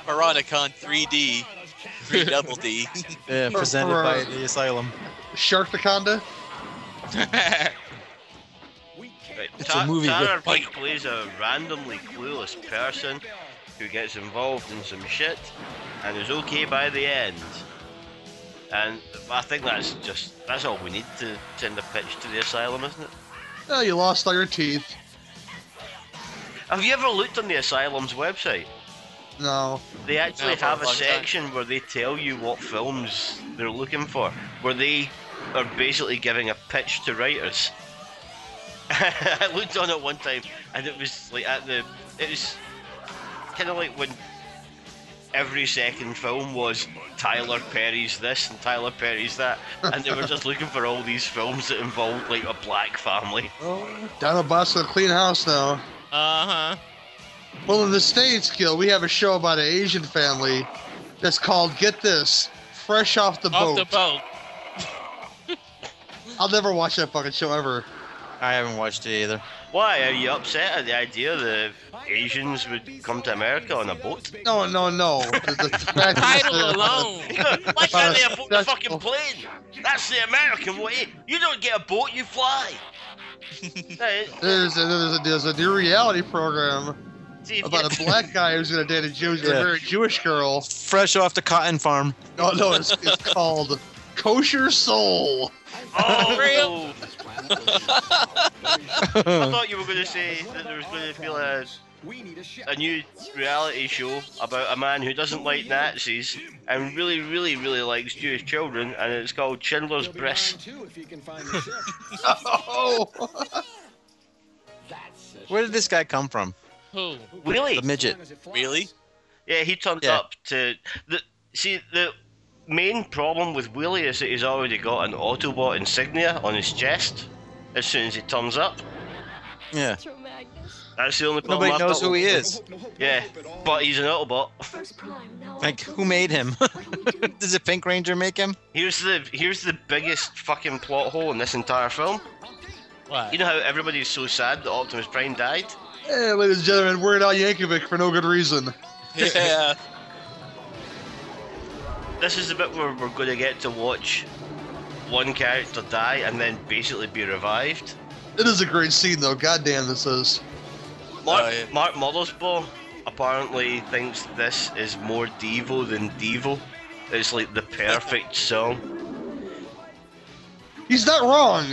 E: Piranhacon 3D. 3 double D.
D: yeah, presented by the asylum.
A: Sharktaconda.
C: Right,
D: It's
C: Ta-
D: a movie
C: Tara
D: with
C: Reid plays a randomly clueless person who gets involved in some shit and is okay by the end. And I think that's just that's all we need to send a pitch to the asylum, isn't it?
A: Oh, you lost all your teeth.
C: Have you ever looked on the asylum's website?
A: No.
C: They actually
E: No, for a
C: have a
E: long time.
C: section where they tell you what films they're looking for, where they are basically giving a pitch to writers. I looked on it one time, and it was like at the it was kind of like when every second film was Tyler Perry's this and Tyler Perry's that, and they were just looking for all these films that involved like a black family.
A: Down at Boston, a clean house now.
D: Uh-huh.
B: Uh huh.
A: Well, in the States, Gil, we have a show about an Asian family that's called Get This Fresh Off the Boat.
B: Off the boat.
A: I'll never watch that fucking show ever.
D: I haven't watched it either.
C: Why are you upset at the idea that Asians would come to America on a boat?
A: No, no, no. The, the fact is
B: Title
A: that-
B: alone.
C: Why can't they have booked the
A: That's-
C: fucking plane? That's the American way. You don't get a boat, you fly. Hey,
A: There's a, there's, a, there's a new reality program
C: see if
A: about a black guy who's gonna date a Jew, who's gonna
D: Yeah.
A: marry a Jewish girl.
D: Fresh off the cotton farm.
A: No, no, it's, it's called Kosher Soul.
C: Oh,
B: Real?
C: I thought you were going to say that there was going to be a,
G: We need a ship.
C: a new reality show about a man who doesn't like Nazis and really, really, really likes Jewish children, and it's called Schindler's
G: You'll be mine
C: List.
G: too if you can find the ship.
A: Oh,
G: That's a
D: Where did this guy come from?
B: Who?
C: Really?
D: The midget.
E: Really?
C: Yeah, he turned
D: Yeah.
C: up to the. See the main problem with Willie is that he's already got an Autobot insignia on his chest. As soon as he turns up,
D: Yeah.
I: Through Magnus.
C: that's the only problem.
D: Nobody
C: I've
D: knows
C: got
D: who
C: with-
D: he is.
C: Yeah, but he's an Autobot.
I: First prime, now
D: Like, who made him? Does the Pink Ranger make him?
C: Here's the here's the biggest fucking plot hole in this entire film.
B: What?
C: You know how everybody's so sad that Optimus Prime died?
A: hey, ladies and gentlemen, Weird Al Yankovic for no good reason.
E: Yeah.
C: This is the bit where we're going to get to watch one character die and then basically be revived.
A: It is a great scene though. Goddamn, this is.
C: Mark,
E: Oh, yeah.
C: Mark Mothersbaugh apparently thinks this is more Devo than Devo. It's like the perfect song.
A: He's not wrong.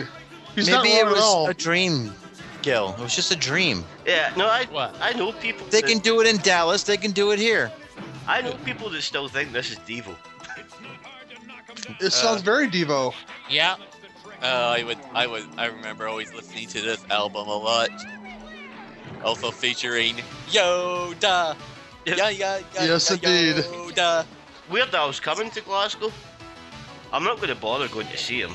A: He's
D: Maybe
A: not
D: it
A: wrong at all.
D: was a dream, Gil. It was just a dream.
C: Yeah, no, I
B: What?
C: I know people.
D: They
C: that-
D: can do it in Dallas. They can do it here.
C: I know people that still think this is Devo.
D: uh,
A: It sounds very Devo.
B: Yep.
E: Oh, I would, I would, I remember always listening to this album a lot. Also featuring Yoda.
C: Yep.
E: Yeah, yeah, yeah.
A: Yes,
E: yeah,
A: indeed.
E: Yoda.
C: Weird Al's coming to Glasgow. I'm not going to bother going to see him.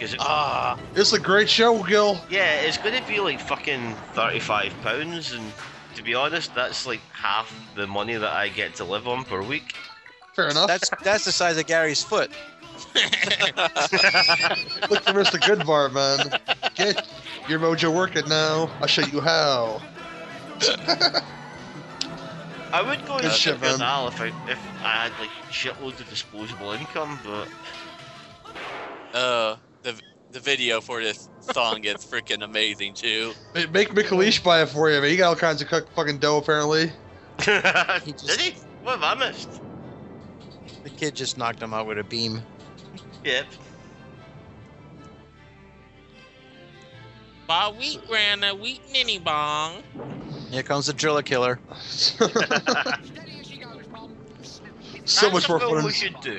C: 'Cause it,
E: Ah,
A: It's a great show, Gil.
C: yeah, it's going to be like fucking thirty-five pounds, and to be honest, that's like half the money that I get to live on per week.
A: Fair enough.
D: That's that's the size of Gary's foot.
A: Look for Mr. Goodbar, man. Get your mojo working now. I'll show you how.
C: I would go and
A: Good
C: see
A: shit,
C: Weird
A: man.
C: Al if I if I had like shitloads of disposable income, but
E: uh, the the video for this song is freaking amazing too.
A: Ma- Make Michaelish buy it for you, man. He got all kinds of cu- fucking dough, apparently.
C: did he? What have I missed?
D: The kid just knocked him out with a beam.
C: Yep.
B: By wheat grander, wheat ninny bong.
D: Here comes the driller killer.
A: so much more
C: what
A: fun.
C: we should do.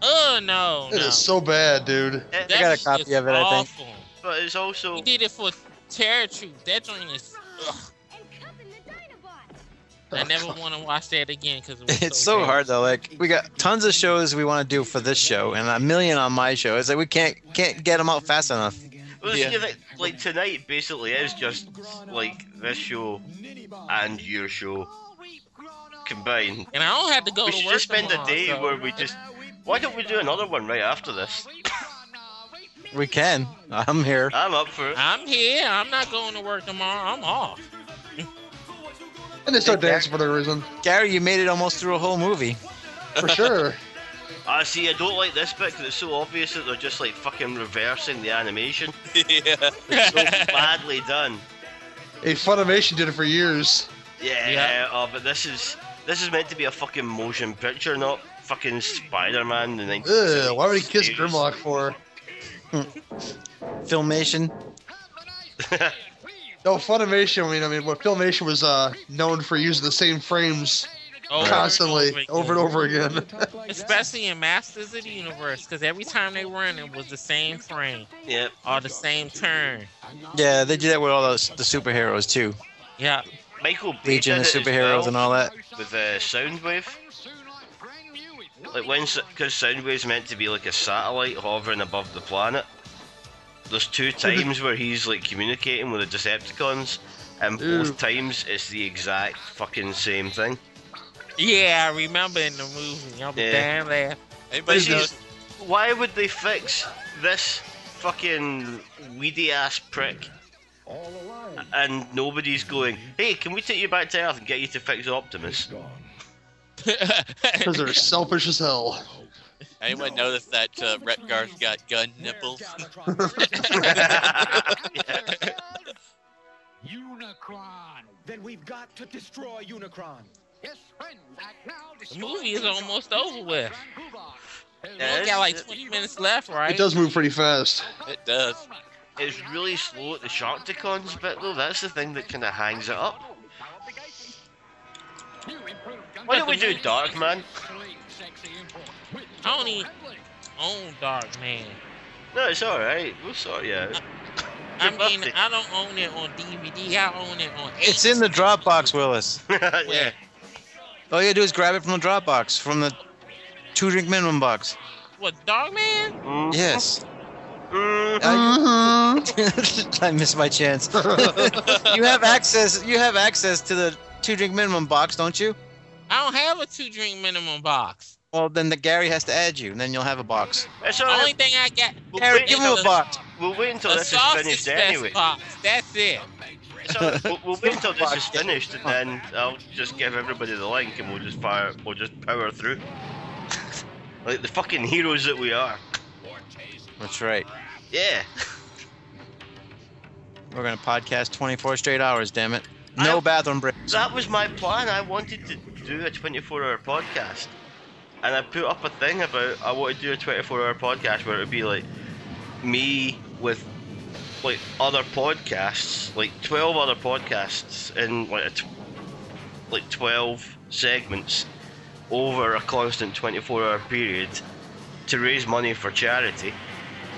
B: Oh no,
A: It
B: no.
A: is so bad, dude.
C: It-
D: I got a copy of it, I think.
B: I think.
C: but it's also
B: He did it for Terror Troop. That joint is. Ugh.
I: And cup in the Dinobot.
B: I never want to watch that again because it was
D: It's so
B: bad.
D: hard though. Like we got tons of shows we want to do for this show, and a million on my show. It's like we can't can't get them out fast enough.
C: well,
E: Yeah.
C: see, like, like tonight basically is just like this show and your show combined.
B: And I don't have to go
C: We
B: to
C: should
B: work.
C: just spend a
B: tomorrow,
C: day
B: so-
C: where we just. Why don't we do another one right after this?
D: We can. I'm here.
C: I'm up for it.
B: I'm here. I'm not going to work tomorrow. I'm off.
A: And they start dancing for no reason.
D: Gary, you made it almost through a whole movie.
A: For sure.
C: I see. I don't like this bit because it's so obvious that they're just like fucking reversing the animation.
E: yeah.
C: It's so badly done.
A: A Funimation did it for years.
C: Yeah,
B: Yeah.
C: Oh, but this is this is meant to be a fucking motion picture, not fucking Spider-Man. The
A: Ugh,
C: 1970s.
A: why would he kiss Grimlock for?
D: Filmation.
A: No, Funimation. I mean, I mean, what Filmation was uh, known for using the same frames
B: Over and
A: constantly, over and over again.
B: Especially in Masters of the Universe, because every time they run, it was the same frame
C: Yeah.
B: or the same turn.
D: Yeah, they do that with all those the superheroes too.
B: Yeah.
C: Michael Bay
D: Legion
C: did
D: of
C: it as
D: superheroes
C: well
D: and all that.
C: with uh, Soundwave. Like when, because Soundwave's meant to be like a satellite hovering above the planet. There's two times where he's like communicating with the Decepticons, and both
A: Ew.
C: times it's the exact fucking same thing.
B: Yeah, I remember in the movie. I'm
C: Yeah.
B: damn laugh.
E: Anybody
C: This
E: knows?
C: is- Why would they fix this fucking weedy ass prick? And nobody's going, hey, can we take you back to Earth and get you to fix Optimus?
A: Because they're selfish as hell.
E: Anyone notice that uh, Retgar's got gun nipples?
G: Unicron. Then we've got to destroy Unicron. Yes, friend. Act now.
B: the movie is almost over with.
C: Yeah,
B: We got like 20 minutes left, right?
A: It does move pretty fast.
E: It does.
C: It's really slow at the Sharkticons bit though. That's the thing that kind of hangs it up. Why don't we do Darkman?
B: I don't e- even own Dark Man.
C: No, it's all right. We'll sort you out.
B: I
C: Your
B: mean,
C: birthday.
B: I don't own it on DVD. I own it on.
D: It's in the Dropbox, Willis.
C: yeah.
D: All you do is grab it from the Dropbox, from the two drink minimum box.
B: What Dog Man?
C: Mm,
D: Yes.
C: mm.
D: I, I missed my chance. you have access. You have access to the two drink minimum box, don't you?
B: I don't have a two drink minimum box.
D: Well, then the Gary has to add you, and then you'll have a box.
C: It's
B: The
C: all
B: only
C: right.
B: thing I got.
C: We'll
D: Gary,
C: wait
D: give him
C: until
D: a
C: this-
D: box.
C: We'll wait until
B: a
C: this is
B: sausage
C: finished
B: fest
C: anyway.
B: box. That's it.
C: It's all right. We'll, we'll wait until this is finished and then I'll just give everybody the link and we'll just fire. We'll just power through. like the fucking heroes that we are.
D: That's right.
C: Yeah.
D: We're gonna podcast 24 straight hours. Damn it.
C: I-
D: No bathroom break.
C: That was my plan. I wanted to do a 24 hour podcast. And I put up a thing about I want to do a 24 hour podcast where it would be like me with like other podcasts, like 12 other podcasts in like a tw- like 12 segments over a constant 24 hour period to raise money for charity.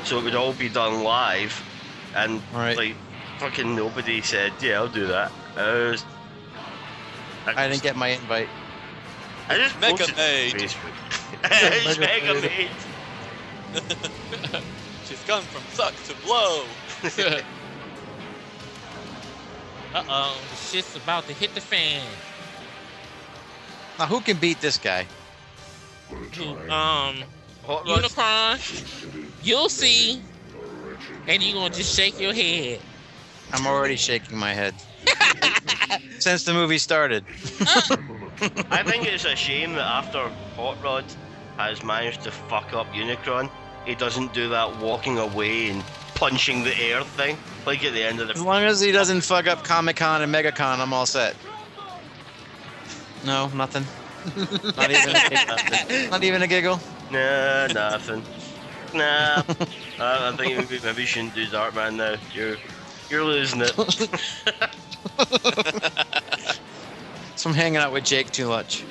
C: So it would all be done live and
D: Right.
C: like fucking nobody said, "Yeah, I'll do that." I was,
D: I didn't get my invite.
C: I just
E: Mega
C: posted it on
E: Maid.
C: Facebook. it's
D: Mega
C: Mega
D: Maid.
C: Maid.
E: She's gone from suck to blow.
B: uh oh, the shit's about to hit the fan.
D: Now, who can beat this guy?
B: Um,
C: Hot Rod-
B: Unicron, you'll see, and you're gonna just shake your head.
D: I'm already shaking my head. Since the movie started.
C: I think it's a shame that after Hot Rod has managed to fuck up Unicron, he doesn't do that walking away and punching the air thing like at the end of
D: As
C: the.
D: long as he doesn't fuck up Comic Con and MegaCon, I'm all set. No, nothing. Not even a giggle. Not even a giggle.
C: Nah, nothing. Nah. I, I think maybe, maybe you shouldn't do Darkman now. You're you're losing it.
D: So I'm hanging out with Jake too much.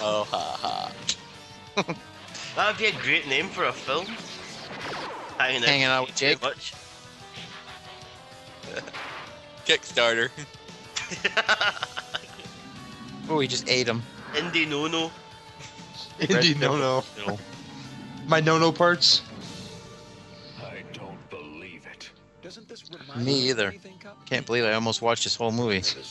E: Oh ha ha.
C: That'd be a great name for a film. Hanging out,
D: Hanging out with Jake.
C: Much.
E: Kickstarter.
D: Oh, he just ate him.
C: Indie No No.
A: Indie no no. My no no parts.
F: I don't believe it.
G: Doesn't this remind
D: Me
G: you of
D: either.
G: anything, Cop?
D: Can't believe I almost watched this whole movie.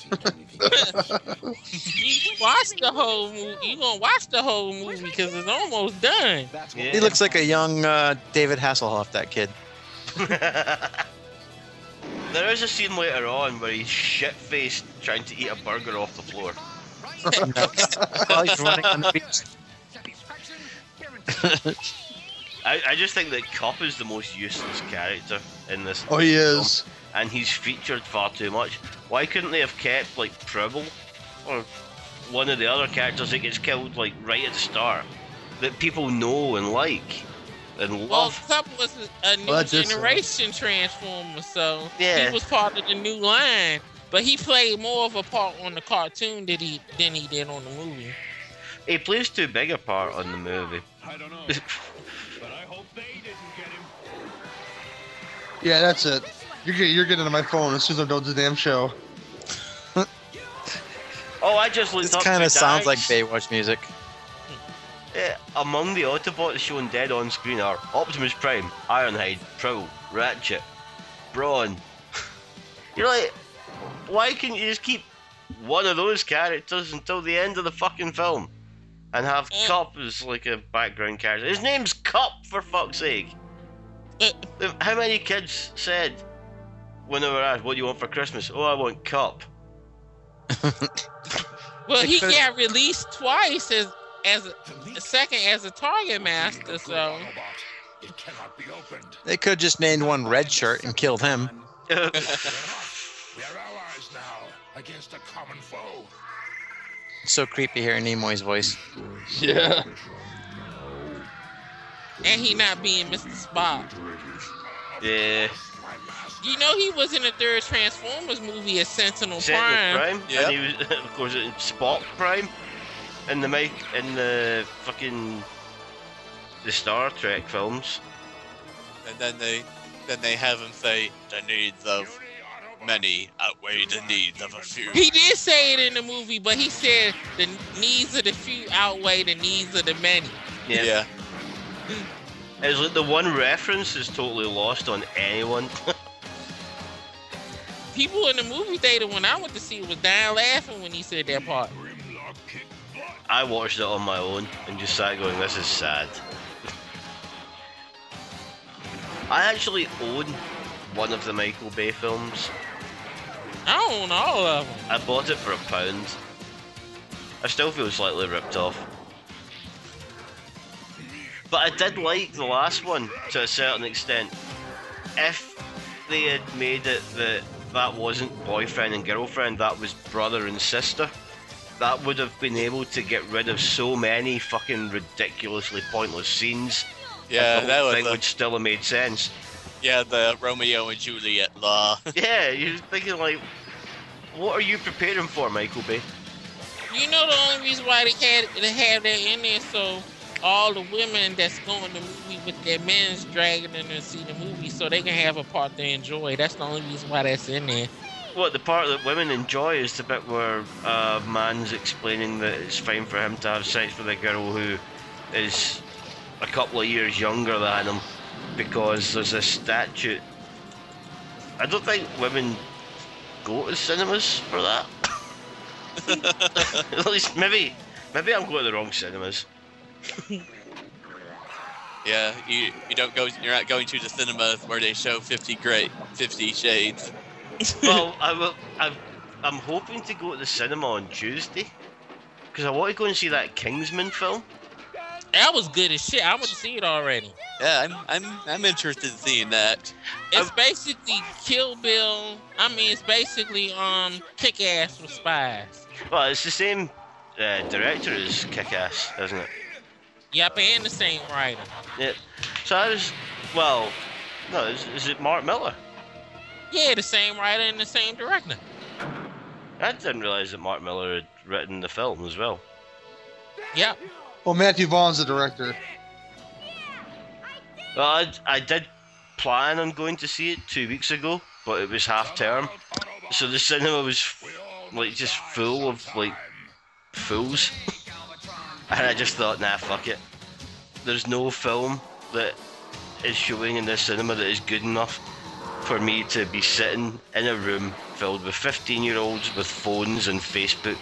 B: You watch the whole movie. You gonna watch the whole movie because it's almost done.
G: That's
C: Yeah.
D: He looks like a young uh, David Hasselhoff. That kid.
C: there is a scene later on where he's shit faced trying to eat a burger off the floor.
D: While he's running on the beach.
G: Satisfaction guaranteed.
C: I, I just think that Cop is the most useless character in this,
A: Oh, he is.
C: and he's featured far too much. Why couldn't they have kept like Pribble or one of the other characters that gets killed like right at the start that people know and like and
B: Well,
C: love?
B: Cup was a new
A: Well, that's just-
B: generation transformer, so
C: Yeah.
B: he was part of the new line. But he played more of a part on the cartoon than he than he did on the movie.
C: He plays too big a part on the movie.
F: I don't know, but I hope they didn't get him.
A: Yeah, that's it. You're getting, you're getting on my phone as soon as I'm done with the damn show.
C: oh, I just looked
D: This
C: up.
D: kind
C: who
D: of sounds like
C: dies.
D: Baywatch music.
C: Yeah, Uh, among the Autobots shown dead on screen are Optimus Prime, Ironhide, Prowl, Ratchet, Brawn. You're like, why can't you just keep one of those characters until the end of the fucking film? And have
B: Eh.
C: Cop as like a background character. His name's Cop, for fuck's sake.
B: Eh.
C: How many kids said, when they were asked, what do you want for Christmas? Oh, I want Cop.
B: Well,
D: They
B: he
D: could've-
B: got released twice as as a second as a target master.
A: um,
B: So
F: Autobot, it cannot be opened.
D: They could have just named one Red Shirt and killed him.
B: Eh.
F: We're us. We are allies now against a common foe.
D: It's so creepy hearing Nimoy's voice.
A: Yeah.
B: and he not being Mr. Spock.
C: yeah.
F: My master.
B: You know he was in the third Transformers movie as Sentinel,
C: Sentinel
B: Prime.
C: Prime,
E: Yep.
C: and he was of course in Spock Prime, in the mic in the fucking the Star Trek films.
E: And then they then they have him say the needs of many outweigh the needs of a few.
B: He did say it in the movie, but he said the needs of the few outweigh the needs of the many.
C: Yeah, it's like the one reference is totally lost on anyone.
B: People in the movie theater when I went to see it was dying laughing when he said that part.
F: Grimlock kick butt.
C: I watched it on my own and just sat going, "This is sad." I actually own one of the Michael Bay films.
B: I own all of them.
C: I bought it for a pound. I still feel slightly ripped off. But I did like the last one to a certain extent. If they had made it that that wasn't boyfriend and girlfriend, that was brother and sister, that would have been able to get rid of so many fucking ridiculously pointless scenes.
E: Yeah,
C: the
E: that
C: whole
E: was
C: thing
E: the,
C: would still have made sense.
E: yeah the Romeo and Juliet law.
C: yeah, you're thinking like, what are you preparing for, Michael Bay?
B: You know the only reason why they had they had that in there so all the women that's going to the movie with their men's dragging them to see the movie so they can have a part they enjoy. That's the only reason why that's in there.
C: What the part that women enjoy is the bit where a man's explaining that it's fine for him to have sex with a girl who is a couple of years younger than him because there's a statute. I don't think women go to cinemas for that. At least maybe maybe I'm going to the wrong cinemas.
E: Yeah, you you don't go you're not going to the cinema where they show fifty great fifty shades.
C: well, I will, I've, I'm hoping to go to the cinema on Tuesday because I want to go and see that Kingsman film.
B: That was good as shit. I went to see it already.
E: Yeah, I'm I'm I'm interested in seeing that.
B: It's basically Kill Bill. I mean, it's basically um Kick Ass with spies.
C: Well, it's the same uh, director as Kick Ass, isn't it?
B: Yep, and the same writer.
C: Yeah. So I was, well, no, is, is it Mark Miller?
B: Yeah, the same writer and the same director.
C: I didn't realise that Mark Miller had written the film as well.
B: Yep.
A: Well, Matthew Vaughn's the director.
C: Well, I, I did plan on going to see it two weeks ago, but it was half term, so the cinema was like just full of like fools, and I just thought, nah, fuck it. There's no film that is showing in this cinema that is good enough for me to be sitting in a room filled with 15 year olds with phones and Facebook.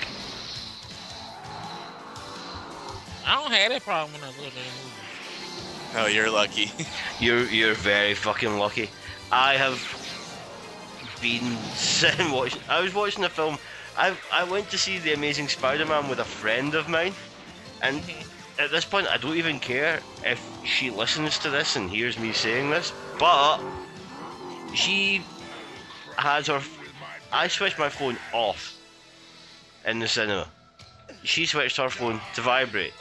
B: I don't have that problem when I go to the movies.
E: Oh, you're lucky.
C: You're you're very fucking lucky. I have been sitting watching. I was watching a film. I I went to see The Amazing Spider-Man with a friend of mine, and at this point, I don't even care if she listens to this and hears me saying this. But she has her. I switched my phone off in the cinema. She switched her phone to vibrate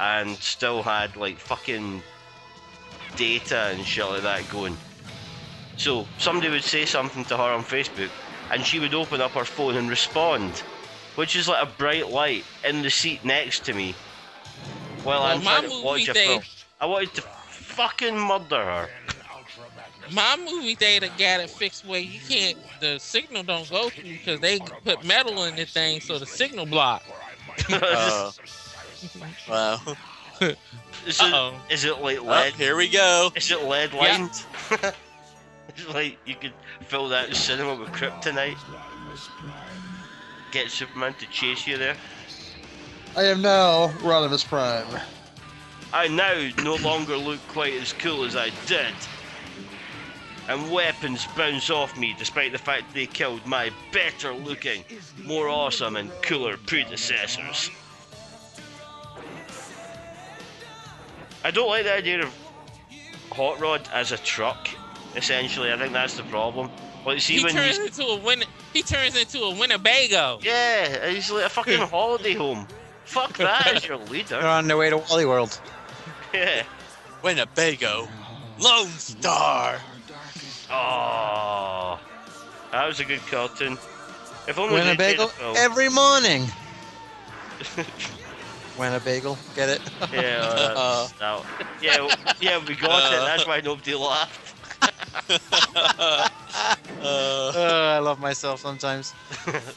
C: and still had like fucking data and shit like that going. So somebody would say something to her on Facebook and she would open up her phone and respond, which is like a bright light in the seat next to me.
B: Well,
C: Well, I'm
B: my
C: trying to
B: movie
C: watch a
B: thing-
C: film. I wanted to fucking murder her.
B: My movie data got it fixed where you can't, the signal don't go through because they put metal in the thing so the signal block.
E: Oh. wow.
C: is, it,
B: Uh-oh.
C: is it like
E: Oh,
C: lead?
E: here we go.
C: Is it lead
B: Yeah.
C: lined? it's like you could fill that cinema with kryptonite. Get Superman to chase you there.
A: I am now Rodimus Prime.
C: I now no longer look quite as cool as I did. And weapons bounce off me despite the fact they killed my better looking, more awesome, and cooler predecessors. I don't like the idea of Hot Rod as a truck, essentially. I think that's the problem. Like, see
B: He
C: when
B: turns
C: he's.
B: into a win. He turns into a Winnebago.
C: Yeah, he's like a fucking holiday home. Fuck that as your
D: They're
C: leader.
D: on their way to Wally World.
C: Yeah.
E: Winnebago. Lone Star.
C: Oh, that was a good cartoon. If only they did a
D: Winnebago
C: film.
D: every morning. Winnebago, get it?
C: yeah, well, that's- no. yeah, w- yeah, we got it. That's why nobody laughed.
E: Uh,
D: Uh, I love myself sometimes.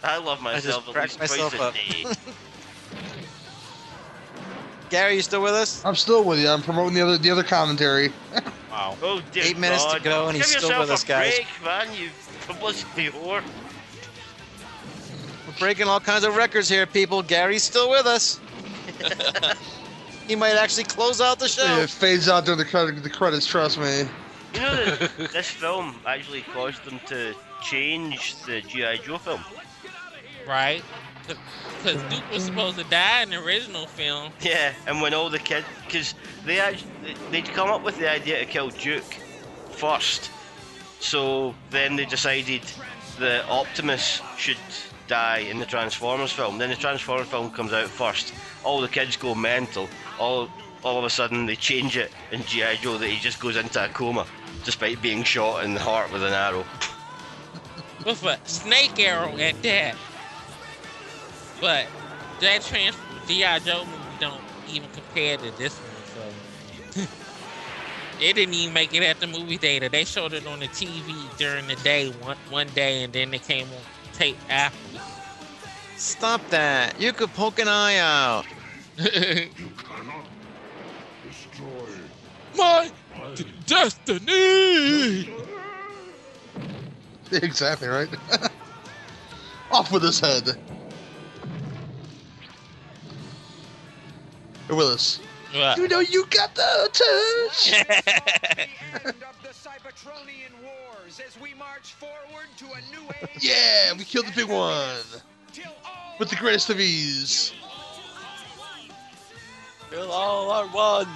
C: I love myself at
D: cracked
C: least twice
D: myself
C: a
D: up.
C: day.
D: Gary, you still with us?
A: I'm still with you. I'm promoting the other the other commentary.
D: Wow.
C: Oh dear
D: Eight minutes to
C: God.
D: go and
C: Give
D: he's still
C: yourself
D: with us,
C: a
D: guys.
C: Break, man, you publicity whore.
D: We're breaking all kinds of records here, people. Gary's still with us. he might actually close out the show.
A: It fades out during the credit, the credits. Trust me.
C: You know that this film actually caused them to change the GI Joe film.
B: Right? Because Duke was supposed to die in the original film.
C: Yeah, and when all the kids, because they actually they'd come up with the idea to kill Duke first, so then they decided that Optimus should die in the Transformers film. Then the Transformers film comes out first. All the kids go mental. All all of a sudden they change it in GI Joe that he just goes into a coma, despite being shot in the heart with an arrow.
B: with a snake arrow at that. But that trans G.I. Joe movie don't even compare to this one, so they didn't even make it at the movie theater. They showed it on the TV during the day one one day, and then it came on tape after.
D: Stop that. You could poke an eye out.
B: My d- destiny.
A: Exactly right. Off with his head. Hey, Willis.
B: What?
E: Uh,
A: You know you got the touch. Eh.
G: end of the Cybertronian wars as we march forward to a new age.
A: Yeah, we killed the big one
G: Till all
A: with the greatest of ease.
E: Kill all are one.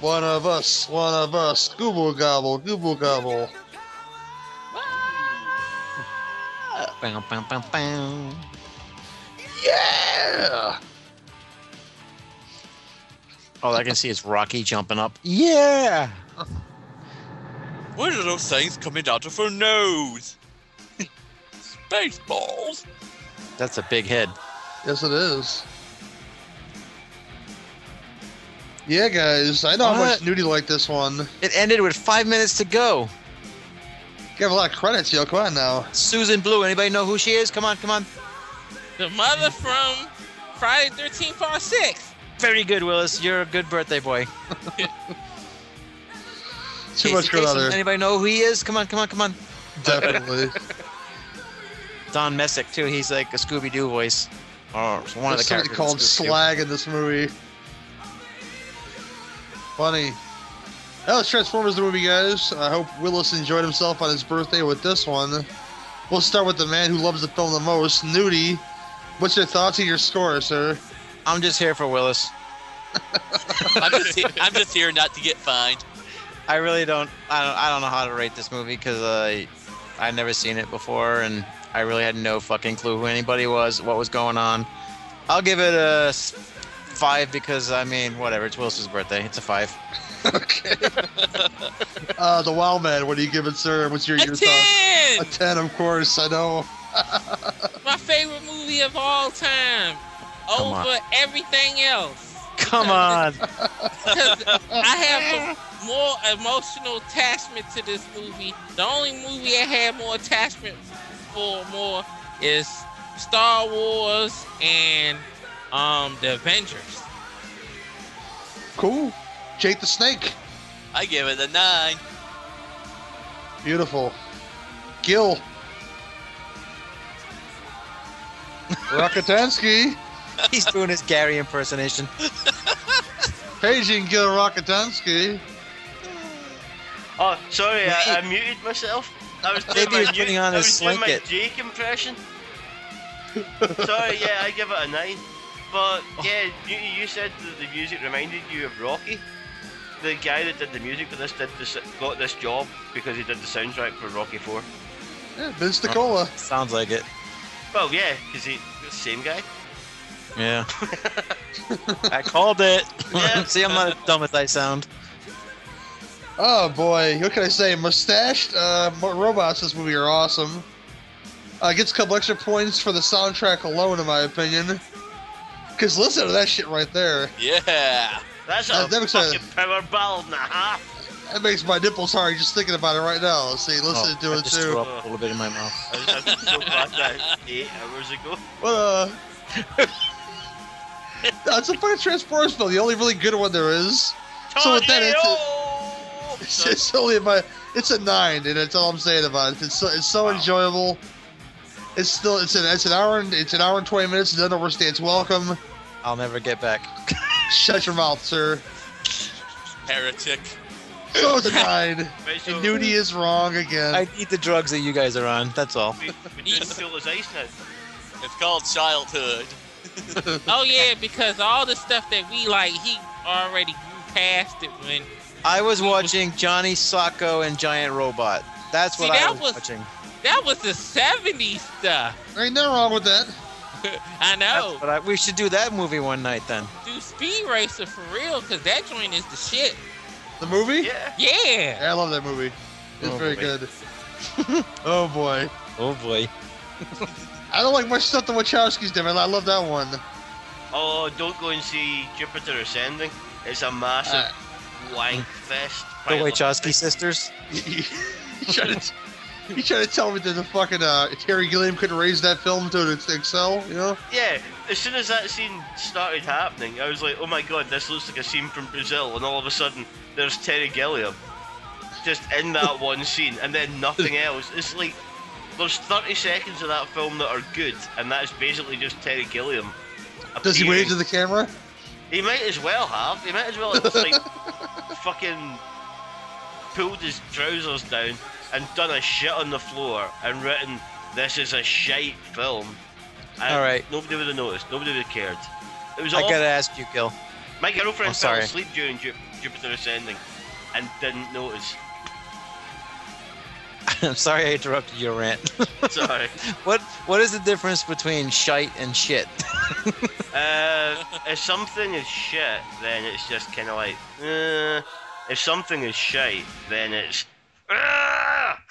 A: One of us, one of us. Google gobble, Google gobble.
D: Bam, bam, bam, bam.
A: Yeah.
D: All I can see is Rocky jumping up. Yeah.
E: What are those things coming out of her nose? Spaceballs.
D: That's a big head.
A: Yes, it is. Yeah, guys, I know how much
D: What?
A: nudie like this one.
D: It ended with five minutes to go.
A: You have a lot of credits, yo. Come on now.
D: Susan Blue. Anybody know who she is? Come on, come on.
B: The mother from Friday Thirteen Part Six.
D: Very good, Willis. You're a good birthday boy.
A: Too much good
D: Kasem,
A: other.
D: Anybody know who he is? Come on, come on, come on.
A: Definitely.
D: Don Messick too. He's like a Scooby Doo voice. Oh, it's one of the
A: There's somebody
D: characters. in
A: called
D: Scooby-Doo.
A: Slag in this movie. Funny. That was Transformers the movie, guys. I hope Willis enjoyed himself on his birthday with this one. We'll start with the man who loves the film the most, Nudie. What's your thoughts and your score, sir?
D: I'm just here for Willis.
E: I'm just, he- I'm just here not to get fined.
D: I really don't. I don't. I don't know how to rate this movie because I, I'd never seen it before, and I really had no fucking clue who anybody was, what was going on. I'll give it a s- five because I mean, whatever. It's Willis's birthday. It's a five.
A: okay. uh, the Wild Man, what do you give it, sir? What's your,
B: A
A: your thoughts? A
B: ten.
A: 10, of course. I know.
B: My favorite movie of all time,
D: Come on.
B: over everything else.
D: Come on.
B: Because I have a more emotional attachment to this movie. The only movie I had more attachment for more is Star Wars and um the Avengers.
A: Cool. Jake the Snake.
E: I give it a nine.
A: Beautiful. Gil. Rockatansky.
D: He's doing his Gary impersonation.
A: Paging Gil Rockatansky.
C: Oh, sorry, I, I
D: Wait.
C: muted myself. I was doing
D: Maybe he was
C: my,
D: putting
C: Ju-
D: on
C: I
D: his
C: was doing my
D: slinket.
C: Jake impression. sorry, yeah, I give it a nine. But
A: Oh.
C: yeah, you, you said that the music reminded you of Rocky. The guy that did the music for this did this, got this job because he did the soundtrack for Rocky Four.
A: Yeah, Vince Nicola.
D: Sounds like it.
C: Well, yeah, because he the same guy.
D: Yeah. I called it.
C: Yeah.
D: See, I'm not as dumb as I sound.
A: Oh boy, what can I say? Mustached uh, mo- robots. in This movie are awesome. Uh, gets a couple extra points for the soundtrack alone, in my opinion. Cause listen to that shit right there.
E: Yeah.
C: That's
A: Uh,
C: a
A: that
C: fucking
A: was a-
C: power ball and a half.
A: That makes my nipples hard just thinking about it right now. See, listen
D: Oh,
A: to
D: I
A: it
D: just
A: too.
D: threw up a little bit in my mouth.
C: I was- I was so glad that eight hours ago.
A: What uh No, it's a fucking Transformers film, the only really good one there is. So with that, it's a-
C: Tornado!
A: It's, it's only my it's a nine, and that's all I'm saying about it. It's so, it's so enjoyable. It's still it's an it's an hour and it's an hour and twenty minutes. It doesn't overstay its welcome.
D: I'll never get back.
A: Shut your mouth, sir.
E: Heretic.
A: So it's a nine.
C: Right, so
A: And Nudie is wrong again.
D: I eat the drugs that you guys are on. That's all.
C: we, we just feel as ice now.
E: It's called childhood.
B: Oh yeah, because all the stuff that we like, he already grew past it when
D: I was watching Johnny Sacco and Giant Robot. That's
B: See,
D: what I
B: that
D: was,
B: was-
D: watching.
B: that was the '70s stuff.
A: Ain't nothing wrong with that.
B: I know.
D: But I, we should do that movie one night then.
B: Do Speed Racer for real, because that joint is the shit.
A: The movie? Yeah,
C: Yeah.
B: Yeah.
A: I love that movie. It's
D: Oh,
A: very
D: boy.
A: good. oh boy.
D: Oh boy.
A: I don't like much stuff the Wachowskis did, but I love that one.
C: Oh, don't go and see Jupiter Ascending. It's a massive
A: Uh,
C: wank fest.
D: The
C: pile of-
D: Wachowski sisters.
A: you trying to you trying to tell me that the fucking uh, Terry Gilliam couldn't raise that film to its excel? You know?
C: Yeah, as soon as that scene started happening, I was like, oh my god, this looks like a scene from Brazil. And all of a sudden, there's Terry Gilliam. Just in that one scene, and then nothing else. It's like, there's 30 seconds of that film that are good, and that's basically just Terry Gilliam.
A: Does he wave
C: appearing.
A: to the camera?
C: He might as well have. He might as well have like fucking pulled his trousers down and done a shit on the floor and written, "This is a shite film." And
D: All right.
C: Nobody would have noticed. Nobody would have cared. It was
D: I
C: all.
D: gotta ask you, Gil.
C: My girlfriend
D: I'm
C: fell
D: sorry.
C: asleep during Ju- Jupiter Ascending and didn't notice.
D: I'm sorry I interrupted your rant.
C: Sorry.
D: What What is the difference between shite and shit?
C: uh, if something is shit, then it's just kind of like. Uh, if something is shite, then it's. "Ah!"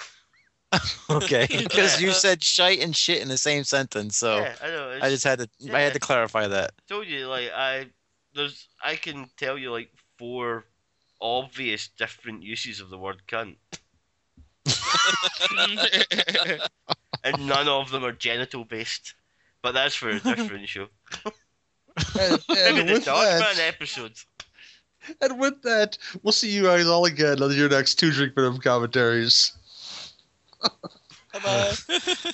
D: Okay, because you said shite and shit in the same sentence, so
C: Yeah, I know. It's,
D: I just had to I
C: yeah.
D: had to clarify that.
C: told you like I there's I can tell you like four obvious different uses of the word cunt, and none of them are genital based. But that's for a different show.
A: And,
C: Maybe
A: and
C: the
A: with that,
C: Dogman episode.
A: and with that, we'll see you guys all again on your next two drink minimum commentaries.
E: Bye-bye.